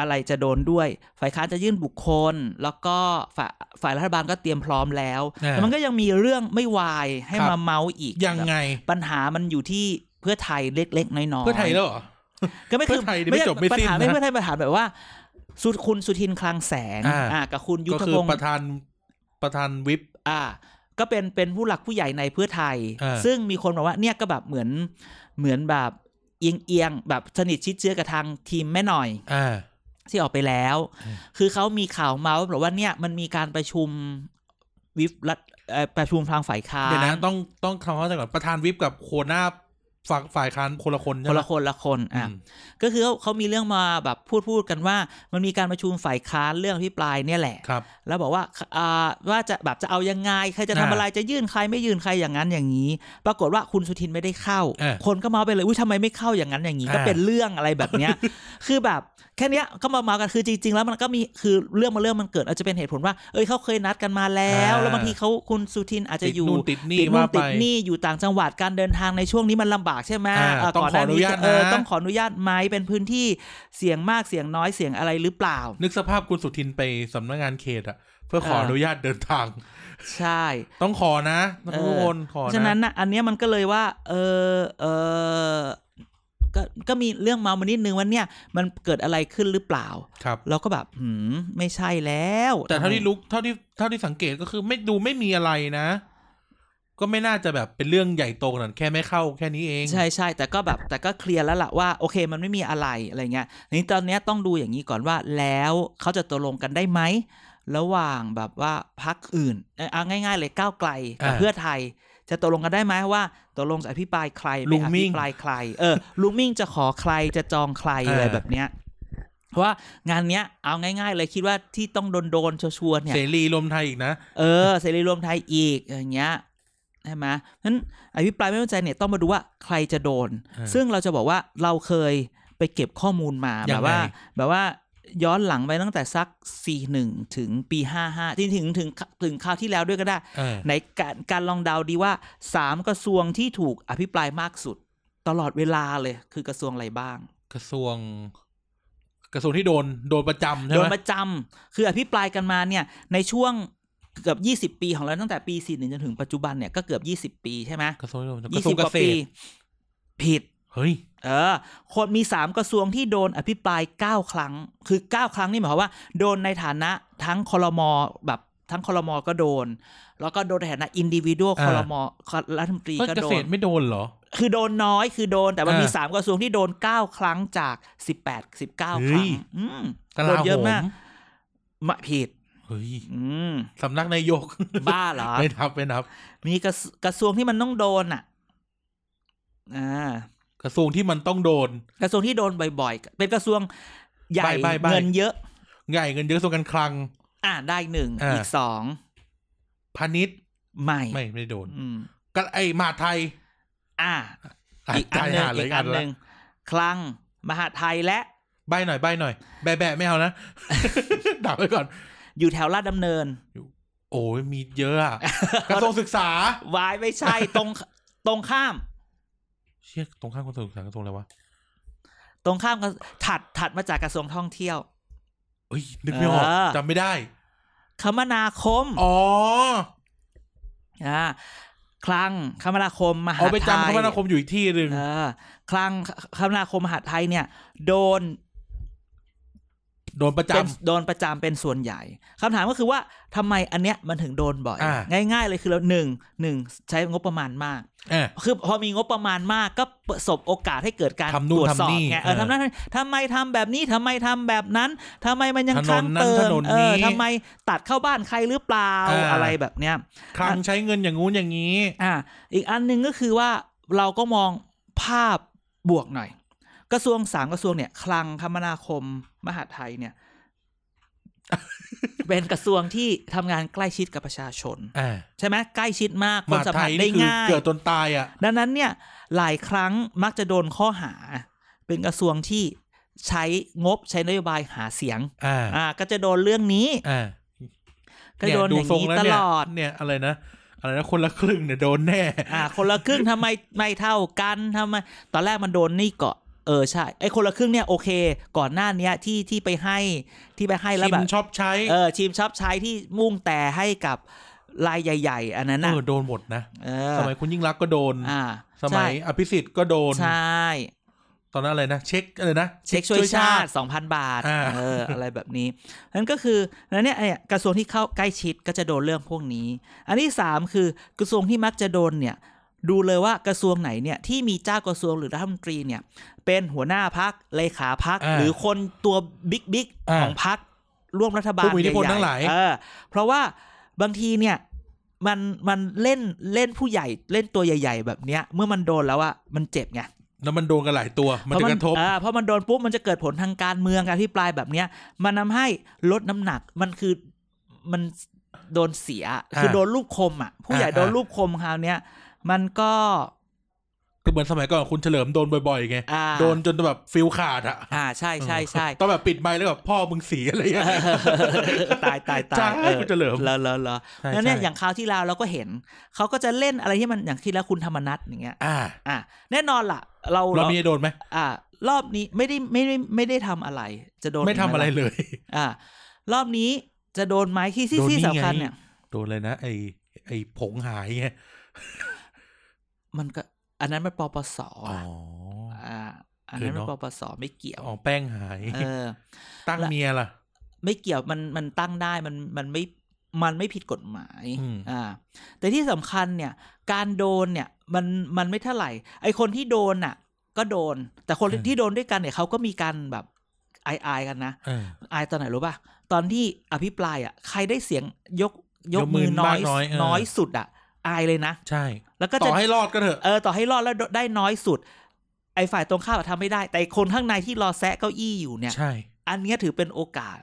A: อะไรจะโดนด้วย ฝ่ายค้านจะยื่นบุคคล แล้วก็ฝ่ายฝ่ายรัฐบาลก็เตรียมพร้อมแล้ว
B: อ่า
A: แต่มันก็ยังมีเรื่องไม่วายให้
B: ครับ
A: มาเมาส์อีก
B: ยังไง
A: ปัญหามันอยู่ที่เพื่อไทยเล็กๆ น้อยๆ
B: เพื่อไทยแล้วเหรอ
A: ก็ไม่คือ
B: เพื่อไทยนี่ไม่จบไม่
A: ปัญหา
B: สิ้นนะ
A: ไม่เพื่อไทยปัญหาแบบว่า สุดคุณสุทินคลังแสง
B: อ่า
A: อ่ากับคุณยุท
B: ก็
A: ธ
B: คือ
A: พงศ์
B: ประธานประธานวิป
A: อ่า ก็เป็นเป็นผู้หลักผู้ใหญ่ในเพื่อไทย
B: อ่า
A: ซึ่งมีคนบอกว่าเนี่ยก็แบบเหมือนเหมือนแบบเอียงเอียงๆแบบสนิทชิดเชื้อกับทางทีมแม่หน่อย
B: อ่า
A: ที่ออกไปแล้ว
B: อืม
A: คือเขามีข่าวเมาส์บอกว่าเนี่ยมันมีการประชุมวิปรัฐเอ่อประชุมทางฝ่ายค้า
B: เดี๋ยวน นะต้องต้องคำว่าใจก่อนประธานวิปกับโคหน้าฝั่งฝ่ายค้านคนละคน
A: ค
B: ใช่ไห
A: น
B: ม
A: ละคนละคน
B: อื
A: อ่ะ
B: ม
A: ก็คือเขาเขามีเรื่องมาแบบพูดพูดกันว่า มันมีการประชุมฝ่ายค้านเรื่องพิปรายเนี่ยแหละ
B: ครับ
A: แล้วบอกว่าอ่าว่าจะแบบจะเอายังไงใครจะทำ
B: อ่า
A: อะไรจะยื่นใครไม่ยื่นใครอย่างนั้นอย่างนี้ ปรากฏว่าคุณสุทินไม่ได้เข้า
B: เออ
A: คนก็เมาไปเลยอุ้ยทำไมไม่เข้าอย่างนั้นอย่างนี้
B: อ่า
A: ก็เป็นเรื่องอะไรแบบเนี้ย คือแบบแค่เนี้ยก็มาเมากันคือจริง ๆ แล้วมันก็มีคือเรื่องมาเรื่องมันเกิดอาจจะเป็นเหตุผลว่าเอ้ยเขาเคยนัดกันมาแล้ว แล้วบางทีเขาคุณสุทินอาจจะ
B: ติด
A: อยู่
B: นู่นติดนี่
A: ติดนู่
B: ว่าน ไป
A: ติดนี่อยู่ต่างจังหวัดการเดินทางในช่วงนี้มันลำบาก ากใช่ไหม
B: อ่าต้อง
A: เก่ห
B: ขออนุญาตนะ
A: เออต้องขออนุญาตไหมเป็นพื้นที่เสียงมากเสียงน้อยเสียงอะไรหรือเปล่า
B: นึกสภาพคุณสุทินไปสำนักงานเขตอะเพื่อขอ
A: เออ
B: อ
A: อ
B: นุญาตเดินทาง
A: ใช่
B: ต้องขอนะทุ
A: เอก อ
B: คนขอ
A: เพราะฉะ
B: นะ
A: นั้นนะอันเนี้ยมันก็เลยว่า เออเออก็ก็มีเรื่องเมามานิดนึงว่าเนี่ย มันเกิดอะไรขึ้นหรือเปล่า
B: ครับ
A: เราก็แบบหืมไม่ใช่แล้ว
B: แต่เท่าที่รู้เท่าที่เท่าที่สังเกตก็คือไม่ดูไม่มีอะไรนะ ก็ไม่น่าจะแบบเป็นเรื่องใหญ่โตขนาดนั้นแค่ไม่เข้าแค่นี้เอง
A: ใช่ใช่แต่ก็แบบแต่ก็เคลียร์แล้วล่ะว่า โอเคมันไม่มีอะไรอะไรเงี้ยทีนี้ตอนเนี้ยต้องดูอย่างนี้ก่อนว่าแล้วเขาจะตกลงกันได้ไหม ระหว่างแบบว่าพักอื่นเอ่อเอาง่าย ๆ เลยก้าวไกลกับ
B: อ่า
A: เพื่อไทย จะตกลงกันได้ไหมว่าตกลงจะอภิปรายใคร
B: ลุ
A: ไม่
B: ง
A: อ
B: มิ่
A: ภิ
B: ง
A: ปรายใคร เออลุงมิ่งจะขอใครจะจองใครอะไร
B: อ่า
A: แบบเนี้ยเพราะว่างานเนี้ยเอาง่าย ๆ เลยคิดว่าที่ต้องโดนๆชัวร์ๆเนี่ย
B: เสรีรวมไทยอีกนะ
A: เออเสรีรวมไทยอีกอย่างเงี้ยใช่ไหมนั้นอภิปรายไม่ไว้วางใจเนี่ยต้องมาดูว่าใครจะโดน
B: อ่า
A: ซึ่งเราจะบอกว่าเราเคยไปเก็บข้อมูลมา
B: ยั
A: แบ
B: ง
A: บ
B: ไง
A: ว่า แบบว่าย้อนหลังไปตั้งแต่สัก 41 ถึงปี 55ที่ถึงถึงถึงคราวที่แล้วด้วยก็ได้
B: เออ
A: ในการการลองเดาดีว่า 3 กระทรวงที่ถูกอภิปรายมากสุด ตลอดเวลาเลยคือกระทรวงอะไรบ้าง
B: กระทรวง กระทรวงที่โดนโดนประจำใช่
A: โด
B: ไห
A: น
B: ม
A: ประจำคืออภิปรายกันมาเนี่ย ในช่วงเกือบ 20 ปีของเราตั้งแต่ปี 41 จนถึงปัจจุบันเนี่ย ก็เกือบ 20 ปีใช่ไหม
B: กระทรวงที่โดนประจำก
A: ยี่
B: ระทรว
A: สิบก
B: งเก
A: ว่า
B: ษ
A: ปี
B: ตร
A: ผิด
B: เฮ้ย
A: เออ คนมี 3 กระทรวงที่โดนอภิปราย 9 ครั้ง คือ 9 ครั้งนี่หมายความว่าโดนในฐานะทั้งคอรมอแบบทั้งคอรมอก็โดน แล้วก็โดนในฐานะอินดิวิวด
B: อ่า
A: คอรมอรัฐมนตรี
B: เฮ้ย
A: ก็
B: เก
A: โด
B: ษ
A: น
B: ตรไม่โดนเหรอ
A: คือโดนน้อยคือโดนแต่มันมี
B: อ่า
A: สามกระทรวงที่โดนเก้าครั้งจากสิบแปดสิบเก้าค
B: เฮ้
A: รั้
B: ย
A: งอืม
B: ก
A: โด
B: ลาน โห
A: เยอะ
B: ม
A: มาก มะผิด
B: เฮ้ย
A: อืม
B: สำนักนายก
A: บ้าเหรอ
B: ไม่นับไม่นับ
A: มีกระสกระทรวงที่มันต้องโดนอ่ะ อ่า
B: กระทรวงที่มันต้องโดน
A: กระทรวงที่โดนบ่อยๆ เป็นกระทรวงใหญ่
B: ใบ้ใบ้ใบ้
A: เงินเยอะ
B: ใหญ่เงินเยอะกระทรวงการคลัง
A: อ่าได้หนึ่ง
B: อ่า
A: อีกสอง
B: พาณิชย์
A: ใหม่
B: ไม่ไม่โดน
A: อืม
B: ก็ไอ้มหาดไทย
A: อ่า
B: ะ
A: อีกอันหนึ่ง
B: ตายห่าเล
A: อี
B: ย
A: กอันห
B: ละ
A: นึ่งคลังมหาดไทยและ
B: ใบหน่อยใบหน่อยแบะแบะไม่เอานะ ดับไว้ก่อน
A: อยู่แถวลาดดำเนิน
B: โอ้ยมีเยอะอะ กระทรวงศึกษาว
A: ายไม่ใช่ ตรงตรงข้าม
B: เชี่ยตรงข้ามกระทรวงศึกษากระทรวงอะไรวะ
A: ตรงข้ามกันถัดถัดมาจากกระทรวงท่องเที่ยว
B: เอ้ยนึกไม่ออก
A: เออ
B: จำไม่ได้
A: คมนาคม
B: อ๋อ
A: อ่าคลังคมนาคมมหา
B: อ๋อ
A: ด
B: ไป
A: ไท
B: จำค
A: ย
B: มนาคมอยู่อีกที่หนึ่ง
A: เออคลังคมนาคมมหาดไทยเนี่ย โดน
B: โดนประจ
A: เป็นโดนประจำเป็นส่วนใหญ่คำถามก็คือว่าทำไมอันเนี้ยมันถึงโดนบ่อย
B: อ่
A: ง่าย ๆ เลยคือเราหนึ่งหนึ่งใช้งบประมาณมาก
B: ำอ่ะ
A: คือพอมีงบประมาณมากก็ประสบโอกาสให้เกิดการ
B: ทำนู่
A: ตร
B: น
A: วจสอบ
B: ทำนี่
A: ไงเออ
B: เออ
A: ทำนั่นทำไมทำแบบนี้ทำไมทำแบบนั้นทำไมมันยัง
B: ถนน
A: ค้าง
B: นั้น
A: เติ
B: ถ
A: ม
B: นน
A: เออ
B: นี้
A: ทำไมตัดเข้าบ้านใครหรือเปล่า
B: อ่า
A: อะไรแบบเนี้ย
B: คลังใช้เงินอย่างงู้นอย่างนี้
A: อ่า อีกอันหนึ่งก็คือว่าเราก็มองภาพบวกหน่อย กระทรวงสามกระทรวงเนี่ย คลังคมนาคมมหาดไทยเนี่ย เป็นกระทรวงที่ทำงานใกล้ชิดกับประชาชน
B: อ่า
A: ใช่ไหมใกล้ชิดมากค
B: ม
A: น
B: หาด
A: สัม
B: ไท
A: ผัส
B: ย
A: ได้
B: นี่คือ
A: ง่าย
B: เกิดจนตายอ่ะ
A: ดังนั้นเนี่ยหลายครั้งมักจะโดนข้อหา เป็นกระทรวงที่ใช้งบใช้นโยบายหาเสียง
B: อ่า
A: อ่า ก็จะโดนเรื่องนี้
B: อ่า
A: ก็โดนอย่าง
B: ทร
A: นี้
B: แล้ว
A: ต
B: เนี่
A: ล
B: ย
A: อด
B: เนี่ยอะไรนะอะไรนะคนละครึ่งเนี่ยโดนแน่
A: อ่า คนละครึ่งทำ ไมไม่เท่ากันทำไมตอนแรกมันโดนนี่เกาะเออใช่ไอ้คนละครึ่งเนี่ยโอเค ก่อนหน้าเนี้ยที่ที่ไปให้ที่ไปให้แล้ว
B: ชิ
A: แบ
B: ม
A: บ
B: ชอบใช้
A: เออชิมชอบใช้ที่มุ่งแต่ให้กับรายใหญ่ ๆ อันนั้น
B: เอ
A: น่ะ
B: อโดนหมดนะ
A: เออ
B: สมัยคุณยิ่งรักษณ์ก็โดน
A: อ่า
B: สมัยอภิสิทธิ์ก็โดน
A: ใช่ใช่
B: ตอนนั้นอะไรนะเช็คอะไรนะ
A: เช็คช่วยชาติ 2,000 บาท
B: อ่า
A: เอออะไรแบบนี้นั้นก็คือนั้นเนี่ยไอ้กระทรวงที่เข้าใกล้ชิดก็จะโดนเรื่องพวกนี้ อันที่ 3 คือกระทรวงที่มักจะโดนเนี่ย ดูเลยว่ากระทรวงไหนเนี่ยที่มีเจ้ากระทรวงหรือรัฐมนตรีเนี่ย เป็นหัวหน้าพักเลขาพัก
B: อ่า
A: หรือคนตัวบิ๊กบิ๊ก
B: อ่า
A: ของพักร่วมรัฐบาล
B: ผู้มีอิทธิพล
A: ใญ่ๆ
B: ทั้งหลาย
A: เออเพราะว่าบางทีเนี่ยมันมันเล่นเล่นผู้ใหญ่เล่นตัวใหญ่ ๆ แบบเนี้ยเมื่อมันโดนแล้วอะมันเจ็บไง
B: แล้วมันโดนกันหลายตัว มันจะกระทบ
A: เพราะมันอ่าเพราะมันโดนปุ๊บมันจะเกิดผลทางการเมืองการที่ปลายแบบเนี้ย มันทำให้ลดน้ำหนักมันคือมันโดนเสีย
B: อ่า
A: คือโดนลูกคมอ่ะ ผู้ใหญ่
B: อ่า
A: โดนลูกคมคราวเนี้ยมันก็
B: ก็เหมือนสมัยก่อนคุณเฉลิมโดนบ่อยๆไง
A: อ่า
B: โดนจนแบบฟิลขาดอะ
A: อ่าใช่ใช่ใช่
B: ต้องแบบปิดไมค์แล้วแบบพ่อมึงเสียอะไรอย่างเงี้ย
A: ตายตายตาย
B: ใช่คุณเฉลิม
A: เออแล้วแล้วแล้ว
B: ใช่
A: แล้วเนี่ย
B: ใช่
A: อย่างคราวที่แล้วเราก็เห็น เขาก็จะเล่นอะไรที่มันอย่างที่แล้วคุณธรรมนัทอย่างเงี้ย
B: อ่า
A: อ่ะแน่นอนล่ะ เรา
B: เรามีโดนไหม
A: อ่ะรอบนี้ไม่ได้ไม่ได้ไม่ได้ทำอะไร จะโดน
B: ไม่ทำอะไร
A: หล่
B: เลย
A: อ่ารอบนี้จะโดนไหมที่ที่
B: โดน
A: ที่
B: นี่
A: สำคัญ
B: ไง
A: เนี่ย
B: โดนเลยนะ ไอไอผงหายไง
A: มันก็ อันนั้นมันปปส
B: อ๋อ
A: อ่า อันนั้นมัน
B: คือ
A: ป
B: เนอะ
A: ปสไม่เกี่ยว
B: อ๋อแป้งหาย
A: เออ
B: ตั้ง
A: และ
B: เมียล่ะ
A: ไม่เกี่ยวมันมันตั้งได้มันมันไม่มันไม่ผิดกฎหมาย
B: อืม
A: อ่าแต่ที่สำคัญเนี่ย การโดนเนี่ยมันมันไม่เท่าไหร่ ไอคนที่โดนน่ะ ก็โดน แต่คนที่โดนด้วยกันเนี่ยเขาก็มีการแบบอายอายๆกันนะ
B: เออ
A: อายตอนไหนรู้ป่ะ ตอนที่อภิปรายอ่ะใครได้เสียงยกย
B: ย
A: ก
B: กมื
A: มือ
B: อ
A: น้อ
B: มาย กน้อยเออ
A: น้อยสุดอ่ะ อายเลยนะ
B: ใช่
A: แล้วก็
B: ต่
A: จะ
B: อให้รอดก็เถอะ
A: เออต่อให้รอดแล้วได้น้อยสุด ไอฝ่ายตรงข้ามอะทำไม่ได้ แต่ไอ้คนข้างในที่รอแซะเก้าอี้อยู่เนี่ย
B: ใช่
A: อันเนี้ยถือเป็นโอกาส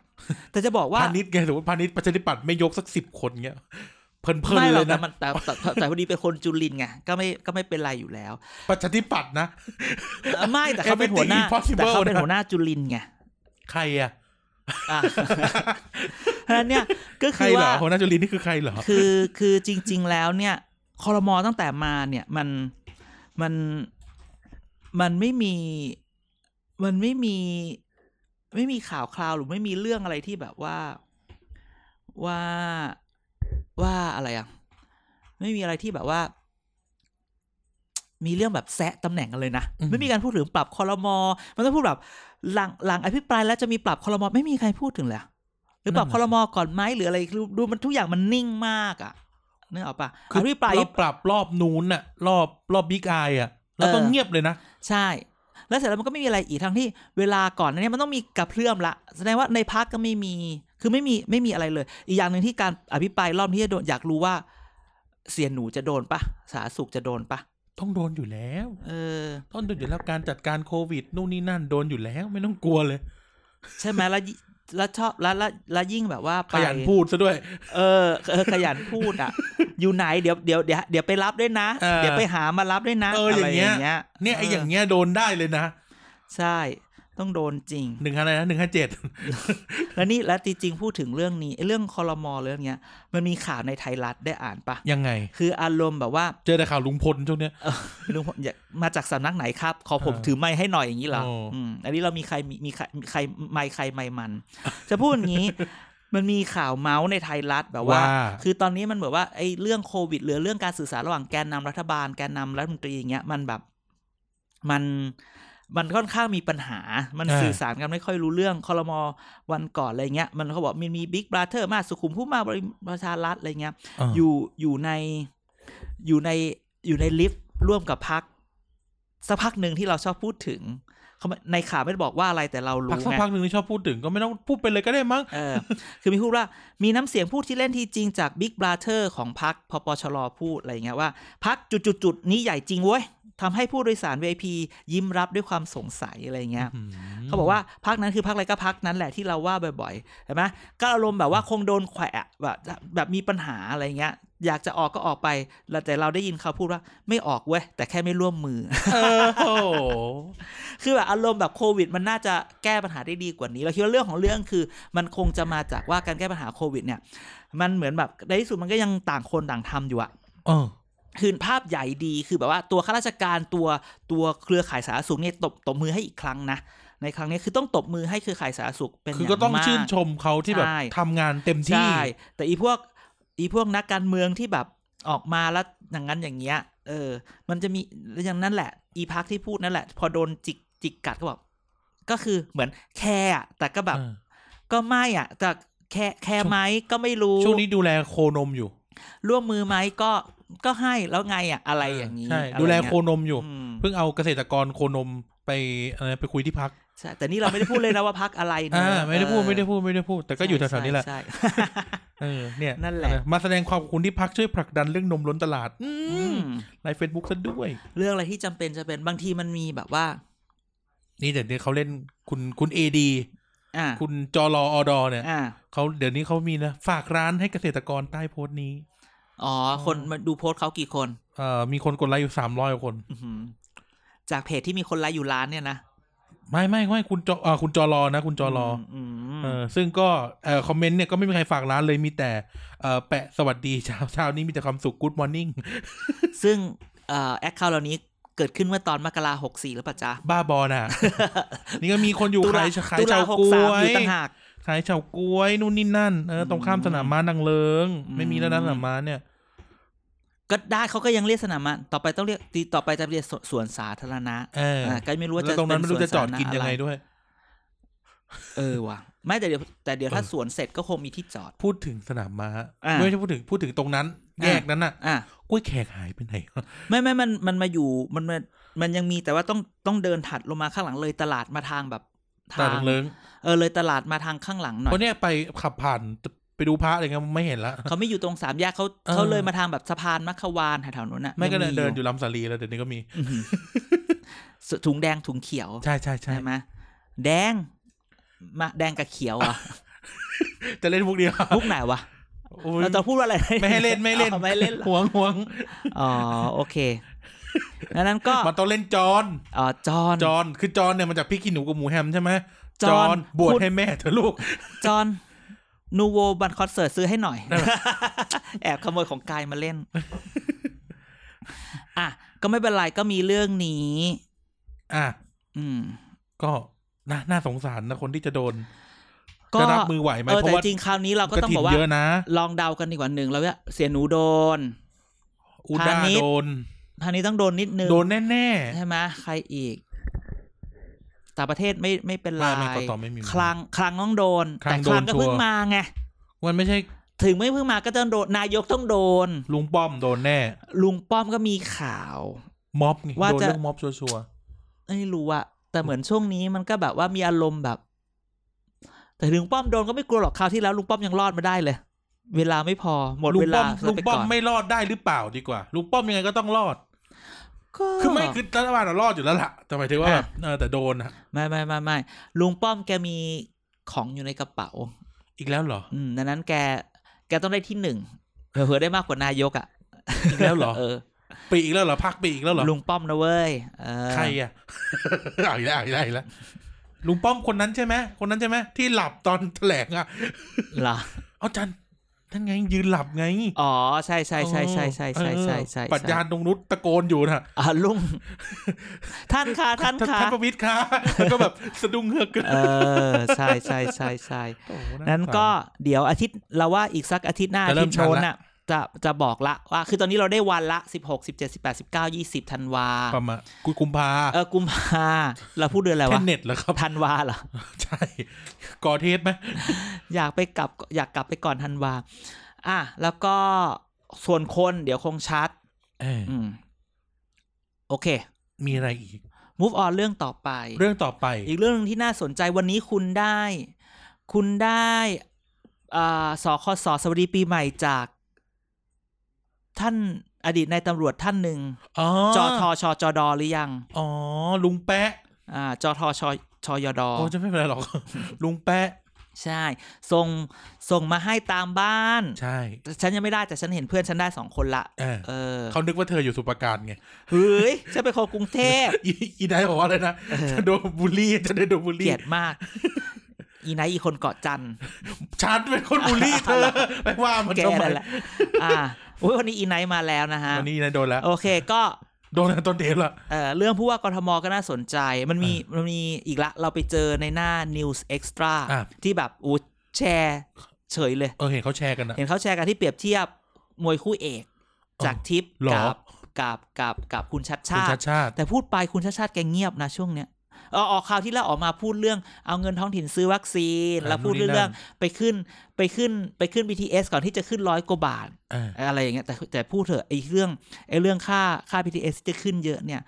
A: แต่จะบอกว่า
B: พาณิชย์ไงสมมติพาณิชย์ประชาธิปัตย์ไม่ยกสักสิบคนเงี้ยเพลิน
A: ไม่
B: ๆ
A: หร
B: เล
A: อก
B: ย
A: แต่
B: นะ
A: มันแต่แต่แต่แต่พอดีเป็นคนจุลินไงก็ไม่ก็ไม่เป็นไรอยู่แล้ว
B: ประชาธิปัตย์นะ
A: เออไม่ แต่เขาเป็นหัวหน้า
B: Everything is possible
A: แต่เขาเป็นหัวหน้าจุลินไง
B: ใครอะ
A: อ่ะเพราะฉะนั้นเนี่ยก็
B: ใคร
A: คือ
B: เหรอ
A: ว่า
B: หัวหน้าจุลินนี่คือใครเหรอ
A: คือคือจริง ๆ แล้วเนี่ยคอรมอตั้งแต่มาเนี่ยมันมันมันไม่มีมันไม่มี ไม่มีข่าวคราวหรือไม่มีเรื่องอะไรที่แบบว่าว่าว่าอะไรอ่ะ ไม่มีอะไรที่แบบว่า มีเรื่องแบบแซะตำแหน่งกันเลยนะ
B: อืม
A: ไม่มีการพูดถึงปรับคอรมอมันต้องพูดแบบหลังหลังอภิปรายแล้วจะมีปรับคอรมอไม่มีใครพูดถึงเลยอะหรือปรับคอรมอก่อนไหมหรืออะไรคือดูมันทุกอย่างมันนิ่งมากอ่ะนึกออกปะ
B: คือ อ
A: ภิปราย
B: เราปรับรอบนู้นอะรอบรอบบิ๊กไออะแล้วก็
A: เออ
B: เงียบเลยนะ
A: ใช่ แล้วเสร็จแล้วมันก็ไม่มีอะไรอีกทั้งที่เวลาก่อนอันเนี้ยมันต้องมีกระเพื่อมละ แสดงว่าในพักก็ไม่มี คือไม่มีไม่มีอะไรเลย อีกอย่างหนึ่งที่การอภิปรายรอบที่จะโดนอยากรู้ว่า เสียนหนูจะโดนปะสาธารณสุขจะโดนปะ
B: ต้องโดนอยู่แล้ว
A: เออ
B: ต้องโดนอยู่แล้วการจัดการโควิดนู่นนี่นั่นโดนอยู่แล้วไม่ต้องกลัวเลย
A: ใช่ไหมแล้วยิแล้วชอบแล้วแล้วแล้วยิ่งแบบว่า
B: ข
A: ไป
B: ยันพูดซะด้วย
A: เออเออขยันพูดอ่ะ อยู่ไหนเดี๋ยวเดี๋ยวเดี๋ยวเดี๋ยวไปรับด้วยนะ
B: เออ
A: เดี๋ยวไปหามารับด้วยนะ
B: เอออ
A: อะไร
B: ย่า
A: อ
B: งเงี้ย
A: ย่างเงี้ย
B: เนี่ยไอ้อย่างเงี้ยโดนได้เลยนะ
A: ใช่ ต้องโดนจริง
B: หนึ่งอะไรนะหนึ่งห้าเจ็ด
A: แล้วนี่แล้วจริงๆพูดถึงเรื่องนี้ไอ้เรื่องคอรมอเรื่องเนี้ย มันมีข่าวในไทยรัฐได้อ่านปะ
B: ยังไง
A: คืออารมณ์แบบว่า
B: เจอแต่ข่าวลุงพลช่วงเนี้ย
A: เอ่อลุงพลอยากมาจากสำนักไหนครับ ขอผม
B: เออ
A: ถือไม้ให้หน่อยอย่างนี้เหรอ
B: โอ้
A: อืมอันนี้เรามีใครมีมีใครมีใครไม้ใครไม้มัน จะพูดอย่างนี้ มันมีข่าวเมาส์ในไทยรัฐแบบว่า คือตอนนี้มันเหมือนว่าไอ้เรื่องโควิดหรือเรื่องการสื่อสารระหว่างแกนนำรัฐบาลแกนนำรัฐมนตรีอย่างเงี้ยมันแบบมันมันค่อนข้างมีปัญหา มัน
B: อ่า
A: สื่อสารกันไม่ค่อยรู้เรื่องคอรมอวันก่อนอะไรเงี้ย มันเขาบอกมันมีบิ๊กบราเธอร์มาสุขุมผู้มาบริประชารัฐอะไรเงี้ย
B: อ
A: อยู่ ยู่อยู่ในอยู่ในอยู่ในลิฟต์ร่วมกับพักสักพักหนึ่งที่เราชอบพูดถึงเขาไม่ในข่าวไม่ได้บอกว่าอะไรแต่เรา
B: พัก
A: รู้
B: สัก
A: ไง
B: พักหนึ่งที่ชอบพูดถึงก็ไม่ต้องพูดไปเลยก็ได้มั้ง
A: เออคือมีพูดว่ามีน้ำเสียงพูดที่เล่นทีจริงจากบิ๊กบราเธอร์ของพักพปชรพูดอะไรเงี้ยว่าพักจุดจุดจุดๆๆนี้ใหญ่จริงเว้ยทำให้ผู้โดยสาร VIP ยิ้มรับด้วยความสงสัยอะไรเงี้ยเขาบอกว่าพักนั้นคือพักอะไรก็พักนั้นแหละที่เราว่าบ่อยๆเห็นไหมก็อารมณ์แบบว่าคงโดนแขวะแบบแบบมีปัญหาอะไรเงี้ย อยากจะออกก็ออกไปแล้วแต่เราได้ยินเขาพูดว่าไม่ออกเว้ยแต่แค่ไม่ร่วมมือ
B: เออ โอ้โห
A: คือแบบอารมณ์แบบโควิด มันน่าจะแก้ปัญหาได้ดีกว่านี้เราคิดว่าเรื่องของเรื่องคือ มันคงจะมาจากว่าการแก้ปัญหาโควิด เนี่ย มันเหมือนแบบในที่สุดมันก็ยังต่างคนต่างทำอยู่อะ
B: เออ
A: คือภาพใหญ่ดีคือแบบว่าตัวข้าราชการตัวตัวเครือข่ายสาธารณสุขเนี่ยตบตบมือให้อีกครั้งนะในครั้งนี้คือต้องตบมือให้เครือข่ายสาธารณสุขเป็น
B: คือ
A: อ
B: ก็
A: ย่าง
B: ต้อง
A: มาก
B: ชื่นชมเขาที่แบบ
A: ใช่
B: ทำงานเต็มที่
A: ใช่ แต่อีพวกอีพวกนักการเมืองที่แบบออกมาแล้วอย่างนั้นอย่างเงี้ย เออ มันจะมีอย่างนั้นแหละ อีพักที่พูดนั่นแหละ พอโดนจิกจิกกัดก็บอกก็คือเหมือนแคร์อะแต่ก็แบบก็ไม่อ่ะ แต่แคร์แคร์ไหมก็ไม่รู้
B: ช่วงนี้ดูแลโคนมอยู่
A: ร่วมมือไหมก็ก็ให้แล้วไงอ่ะอะไรอย่างนี้
B: ใช่
A: อะไร
B: ดูแลโค
A: เงี้ย
B: นมอยู่
A: อืม
B: เพิ่งเอาเกษตรกรโคนมไปอะไรไปคุยที่พัก
A: ใช่แต่นี่เราไม่ได้พูดเลยนะว่าพักอะไรนะ
B: อ่าไม่ได้พูด
A: เออ
B: ไม่ได้พูดไม่ได้พูด แต่ก็อยู่แถวๆนี้แหละ
A: ใช่ใช่
B: เออเนี่ย
A: นั่นแหละ
B: มาแสดงความขอบคุณที่พักช่วยผลักดันเรื่องนมล้นตลาด อื
A: อื
B: ม
A: ม
B: ไลฟ์เฟซบุ๊กซะด้วย
A: เรื่องอะไรที่จำเป็นจะเป็นบางทีมันมีแบบว่า
B: นี่เดี๋ยวนี้เขาเล่นคุณคุณเอดี
A: อ่า
B: คุณจอรออดอเนี่ย
A: อ่า
B: เขาเดี๋ยวนี้เขามีนะ ฝากร้านให้เกษตรกรใต้โพสต์นี้
A: อ๋อ คนมาดูโพสต์เขากี่คน
B: เอ่อมีคนกดไลค์อยู่สามร้อยคน
A: อื้อหือ จากเพจที่มีคนไลค์อยู่ล้านเนี่ยนะ
B: ไม่ไม่ไม่คุณจออ่าคุณจอรอนะ คุณจอรอ
A: อืม
B: อ
A: ม
B: เออซึ่งก็เอ่อคอมเมนต์เนี่ยก็ไม่มีใครฝากร้านเลยมีแต่เอ่อแปะสวัสดีเช้า เช้านี้มีแต่ความสุข Good Morning
A: ซึ่งแอคเคาท์เหล่านี้เกิดขึ้นเมื่อตอนมกราหกสี่หรือเปล่าจ๊ะ
B: บ้าบอ น่ะ นี่ก็มีคนอยู่
A: ตุลา
B: ขายขาย
A: ตุลา
B: เฉา
A: หก
B: ก
A: สาม
B: ล้วย
A: อยู่ต่างหาก
B: ขายเฉาก้วยนู่นนี่นั่นเออตรงข้ามสนามม้านางเลิง ไม่มีแล้วนะ
A: อืม
B: สนามม้าเนี่ย
A: ก็ได้เขาก็ยังเรียกสนามม้าต่อไปต้องเรียกตีต่อไปจะเรียกสสวนสาธารณะ
B: เอออ่
A: าก็ไม่รู้ว่า
B: แล้
A: จะ
B: วตรงนั้นไม่รู้
A: เป็
B: จะจอดกิน
A: สวสาธา
B: ยังไง
A: อะร
B: ด้วย
A: เออว่ะไม่แต่เดี๋ยวแต่เดี๋ยวถ้า
B: เออ
A: สวนเสร็จก็คงมีที่จอด
B: พูดถึงสนามม้า
A: อ่า
B: ไม่ใช่พูดถึงพูดถึงตรงนั้น
A: อ่า
B: แยกนั้นน่ะ
A: อ่ะ
B: กล้วยแขกหายไปไหนวะ
A: ไม่ไม่มันมันมาอยู่มันมามันยังมีแต่ว่าต้องต้องเดินถัดลงมาข้างหลังเลยตลาดมาทางแบบ
B: ตลาดนางเลิง
A: เออเลยตลาดมาทางข้างหลังหน่อ
B: เพ
A: ย
B: ราะเนี่ยไปขับผ่านไปดูพระอะไรเงี้ยไม่เห็นละ
A: เขาไม่อยู่ตรงสามแยกเขา
B: เออ
A: เขาเลยมาทางแบบสะพานมัคควานแถวๆนั้นน่ะ
B: ไม่ก็เดิน
A: ง
B: เดินอยู่ลำสาลีแล้วเดี๋ยวนี้ก็มี
A: อื้อ หือถุงแดงถุงเขียว
B: ใช่ใช่ใช่
A: ใช่ไหมแดงมาแดงกับเขียวอ่ะ
B: จะเล่นพวกเดี ยว
A: พวกไหนวะ
B: โอ้ย
A: เราจะพูดว่าอะไร
B: ไม่ให้เล่นไม่ให้เล่น
A: อ๋อไม่ให้เล่นเหรอ
B: ห่วงห่วง
A: อ๋อโอเคดังนั้นก็
B: มาต้องเล่นจอน
A: อ๋อจอน
B: จอนคือจอนเนี่ยมันจากพี่กินหนูกับหมูแฮมใช่ไหม
A: จ
B: จ
A: อ
B: อน นบวช
A: พูด
B: ให้แม่เธอะลูก
A: จอห์นนูโวบันคอนเสิร์ตซื้อให้หน่อย แอบขโมยของกายมาเล่น อ่ะ ก็ไม่เป็นไรก็มีเรื่องนี้
B: อ่ะ
A: อืม
B: ก็น่าน่าสงสารนะคนที่จะโดน
A: ก็
B: จะรับมือไหวไหม
A: เออ
B: เพ
A: แต่
B: ราะว่า
A: จริงคราวนี้เราก็ต้อง
B: ถิ่
A: บ
B: น
A: อกว่า
B: เยอะนะ
A: ลองเดากันดีกว่าหนึ่งแล้วเนี่ยเสียหนูโดน
B: อูด้า
A: พาณิชย์
B: โดน
A: ทางนี้ต้องโดนนิดนึง
B: โดนแน่
A: ใช่ไหมใครอีก ต่างประเทศไม่ไม่เป็นไร
B: ไม่ไม่ก็ต่อไม่มี
A: คลังคลังต้องโดน
B: คลั
A: แต่
B: ง
A: คลัง
B: โดน
A: ก็
B: ชัวร์
A: เพิ่งมาไง
B: ๆมันไม่ใช่
A: ถึงไม่เพิ่งมาก็ต้องโดน นายกต้องโดน
B: ลุงป้อมโดนแน่
A: ลุงป้อมก็มีข่าว
B: ม็อบไง
A: ว่า
B: โดน
A: จะ
B: เรื่องม็อบชัวร์
A: ไม่รู้อะแต่เหมือนช่วงนี้มันก็แบบว่ามีอารมณ์แบบ แต่ถึงลุงป้อมโดนก็ไม่กลัวหรอกคราวที่แล้วลุงป้อมยังรอดมาได้เลย เวลาไม่พอหมด
B: ๆลุง
A: เว
B: ป้
A: ลา
B: อม
A: ซะ
B: ลุง
A: ไป
B: ป้อ
A: ก่
B: ม
A: อน
B: ไม่รอดได้หรือเปล่าดีกว่า ลุงป้อมยังไงก็ต้องรอด
A: ก็
B: คือไม่คือรัฐบาลอะรอดอยู่แล้วล่ะแต่หมายถึงว่าแบบเออแต่โดนอะ
A: ไม่ไม่ไม่ไม่ลุงป้อมแกมีของอยู่ในกระเป๋า
B: อีกแล้วเหรอ
A: อืมดังนั้นแก แกต้องได้ที่หนึ่งเผื่อๆได้มากกว่านายกอ่ะ
B: อีกแล้ว เหรอ
A: เออ
B: ปีอีกแล้วเหรอพักปีอีกแล้วเหรอ
A: ลุงป้อมนะเว้ยเออ
B: ใครอ่ะ เอาอีกแล้วเอาอีกแล้วเอาอีกแล้วลุงป้อมคนนั้นใช่ไหมคนนั้นใช่ไหมที่หลับตอนแถลงอ่ะ
A: เหรอ
B: เอาจันนั่นไงยืนหลับไง
A: อ๋อใช่ใช่ใช่ใช่ใช่ใช่ใช่ใช่
B: เออ
A: ใช่
B: ปรัดยานตรงนุชตะโกนอยู่นะ
A: อ่ะลุง ท่านคะท่าน
B: ท่าน
A: คะ
B: ท่านประวิตรค่ะ แล้วก็แบบสะดุ้งเฮือกกัน
A: เออใช่ใช่ใช่ใช่
B: โอ้โหา
A: นั้นก็เดี๋ยวอาทิตย์เราว่าอีกสักอาทิตย์หน้าอาทิตย์โน้นน่ะจะจะบอกละว่า คือตอนนี้เราได้วันละสิบหกสิบเจ็ดสิบแปดสิบเก้ายี่สิบธันวา
B: ประมาณกุยกุมภา
A: เออกุมภาเราพูดเดือนอะไร
B: เท
A: วะ
B: นเน็ตเหรอครับ
A: ธันวาเหรอ
B: ใช่ ก่อเทสไหม
A: อยากไปกลับอยากกลับไปก่อนธันวา อ่ะ แล้วก็ส่วนคนเดี๋ยวคงชัด
B: เออ
A: อืม โอเค
B: มีอะไรอีก
A: move on เรื่องต่อไป
B: เรื่องต่อไป
A: อีกเรื่องหนึ่งที่น่าสนใจวันนี้คุณได้ คุณได้อ่าสคสสวัสดีปีใหม่จาก ท่านอดีตนายตำรวจท่านหนึ่ง
B: อ๋อ
A: จอทอชอจอดอหรือยัง
B: อ๋อ ลุงแปะ
A: อ่าจอทอชอชอยอดอ
B: โอ้จะไม่เป็นไร หรอก ลุงแปะ
A: ใช่ ส่งส่งมาให้ตามบ้าน
B: ใช่
A: ฉันยังไม่ได้แต่ฉันเห็นเพื่อนฉันได้สองคนละ
B: เออ
A: เออ
B: เขานึกว่าเธออยู่สุปราการไง
A: เฮ้ยฉันเป็นคนกรุงเท พ
B: อีอีได้บอกว่าอะไรนะ
A: เออ
B: จะโดนบูลลี่จะได้โดนบูล
A: เก
B: ลี่
A: ลียดมาก อีไนท์อีคนเกาะจันทร์
B: ฉันเป็นคนบูล ลี่เธอ ไปว่ามัน
A: แก
B: ทำไม
A: นั่นแหละอ่าอุ๊ยวันนี้อีไนท์มาแล้วนะฮะ
B: วันนี้นายโดนแล้ว
A: โอเคก็
B: โดนตั้งแต่ต้นเทปละ
A: เอ่อเรื่องผู้ว่ากทมก็น่าสนใจ มันมีมันมีอีกละ เราไปเจอในหน้า News Extra
B: อ่ะ
A: ที่แบบอู้แชร์เฉยเลย
B: เออเห็นเขาแชร์กันอะ
A: เห็นเขาแชร์กันที่เปรียบเทียบมวยคู่เอก จากทิป
B: หรอ
A: กับกับกับกับคุณชัด
B: คุณ
A: ชาติ
B: ชาติชาติ
A: แต่พูดไปคุณชาติชาติแกเงียบนะช่วงเนี้ยเออออกข่าวที่แล้วออกมาพูดเรื่องเอาเงินท้องถิ่นซื้อวัคซีน
B: อ่า
A: แล้วพูด
B: นู่นนี่
A: เรื่อง
B: นั่
A: ไปขึ้นไปขึ้นไปขึ้น BTS ก่อนที่จะขึ้นร้อยกว่าบาท
B: อ่า
A: อะไรอย่างเงี้ยแต่แต่พูดเถอะไอ้เรื่องไอ้เรื่องค่าค่า BTS ที่จะขึ้นเยอะเนี่ย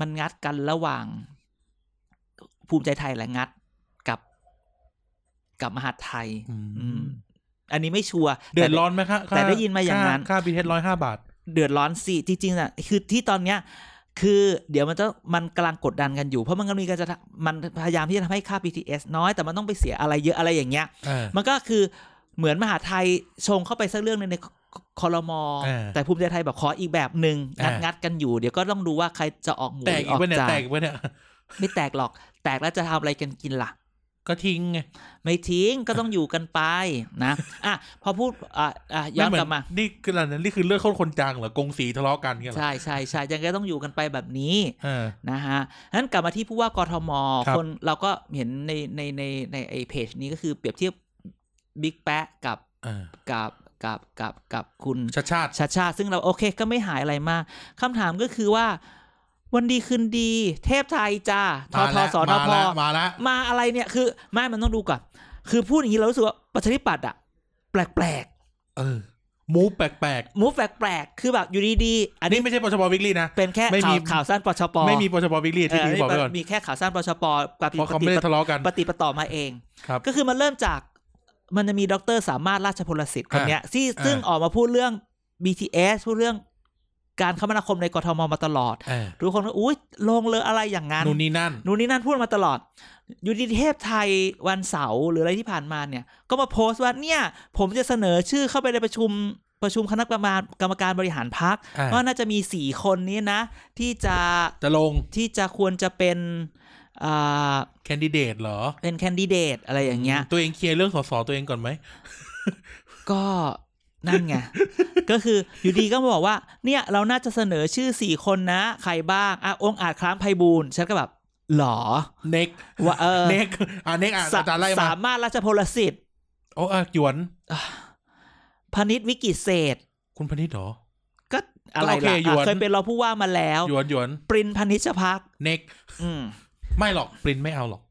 A: มันงัดกันระหว่าง ภูมิใจไทยแหละงัดกับกับมหาดไทย
B: อืม
A: อืม อันนี้ไม่ชัวร์
B: เดือด
A: แต่
B: ร้อนไหมคะค่
A: แต่ได้ยินมาอย่างนั้น
B: ค่าบีเทสร้อยห้าบาท
A: เดือดร้อนสิจริงๆอ่ะคือที่ตอนเนี้ย คือเดี๋ยวมันจะมันกำลังกดดันกันอยู่ เพราะมันกำลังจะทำมันพยายามที่จะทำให้ค่า BTS น้อยแต่ มันต้องไปเสียอะไรเยอะอะไรอย่างเงี้ย
B: เออ
A: มันก็คือเหมือนมหาไทยชงเข้าไปสักเรื่องหนึงใน คอรมอ
B: เออ
A: แต่ภูมิใจไทยบอกขออีกแบบหนึ่ง
B: เอ
A: งัด
B: อ
A: งัดกันอยู่ เดี๋ยวก็ต้องดูว่าใครจะออกหมู
B: แต
A: ห
B: ก
A: รืออ
B: อี
A: ก อก
B: ปะเนี่ย
A: จาน
B: แตกอีกปะเนี่ย
A: ไม่แตกหรอก แตกแล้วจะทำอะไรกันกินล่ะ
B: ก็ทิ้งไง
A: ไม่ทิ้งก็ต้องอยู่กันไปนะ อ่ะพอพูดอ่ะอ่ะย้อน
B: ไเห
A: กลับมา
B: นี่คืออะไรนะนี่คือเลือดข้นคนจางเหรอกงสีทะเลาะกันเงี้ยเหรอ
A: ใช่ใช่ใช่ยังไงต้องอยู่กันไปแบบนี้
B: เออ
A: นะฮะนั้นกลับมาที่ผู้ว่ากทม
B: ครับ
A: นเราก็เห็นในในในในไอเพจนี้ก็คือเปรียบเทียบบิ๊กแปะกับ
B: อ่า
A: กับกับกับกับคุณ
B: ชาติชาติ
A: ชาชาซึ่งเราโอเคก็ไม่หายอะไรมากคำถามก็คือว่า วันดีคืนดี เทพไทยจ้าท
B: มา
A: ท
B: แล้ว
A: สน
B: มา
A: พ
B: แล้วมาแล้ว
A: มาอะไรเนี่ยคือไม่มันต้องดูก่อน คือพูดอย่างนี้เรารู้สึกว่าประชาธิปัตย์อะแปลก
B: เออหมูแปลก
A: ๆมูฟแปลกๆคือแบบอยู่ดีๆอัน
B: ๆ
A: นี้
B: นี่ไม่ใช่ปชบวิกฤตนะ
A: เป็นแค่
B: ไม่
A: ข่า
B: มี
A: วข่าวสั้นปชป
B: ไม่มีปชบวิกฤต
A: เอ
B: ที่
A: อ
B: ดีบอกไปก่อน
A: มีแค่ข่าวสั้นปชปกับ
B: เพราะเขาไม่ได้ทะเลาะกัน
A: ปฏิปต่อมาเอง
B: ครับ
A: ก็คือมันเริ่มจากมันจะมีดรสามารถราชพลสิทธิ์คนเนี้ยที่
B: อ่า
A: ซึ่งออกมาพูดเรื่อง BTS พูดเรื่องการคมนาคมในกทมมาตลอด
B: เออ
A: ทุกคนก็อุ้ยลงเลยอะไรอย่างนั้น
B: นู่นนี่นั่น
A: นู่นนี่นั่นพูดมาตลอด อยู่ดีเทพไทยวันเสาร์หรืออะไรที่ผ่านมาเนี่ย ก็มาโพสต์ว่าเนี่ย ผมจะเสนอชื่อเข้าไปในประชุมประชุมคณะกรรมการกรรมการบริหารพัก
B: อ่า
A: ว่าน่าจะมีสี่คนนี้นะ ที่จะ
B: จะลง
A: ที่จะควรจะเป็นอ่า
B: แคนดิเดตเหรอ
A: เป็นแคนดิเดตอะไรอย่างเงี้ย
B: ตัวเองเคลียร์เรื่องสสตัวเองก่อนไหม
A: ก็นั่ นไง ก็คืออยู่ดีก็มาบอกว่า เนี่ยเราน่าจะเสนอชื่อสี่คนนะ ใครบ้าง อ่ะ องค์อาจคล้ามไพบูลย์ฉันก็แบบ หรอ
B: เน็ก
A: ว่าเออ
B: เน็กอ่ะเน็กอ่ะ
A: สะ
B: อาจารย์ไล่มา
A: สามารถราชพลสิทธิ์
B: โอ้อ่ะหยวน
A: พนิษวิกิเศษ
B: คุณพนิษฐ์เหรอ
A: ก็อะไร
B: ก็โอเค
A: ล่ะ
B: หยวน
A: อ่ะเคยเป็นรองผู้ว่ามาแล้ว
B: หยวนหยวน
A: ปรินพนิชพัก
B: เน็ก
A: อืม
B: ไม่หรอกปรินไม่เอาหรอก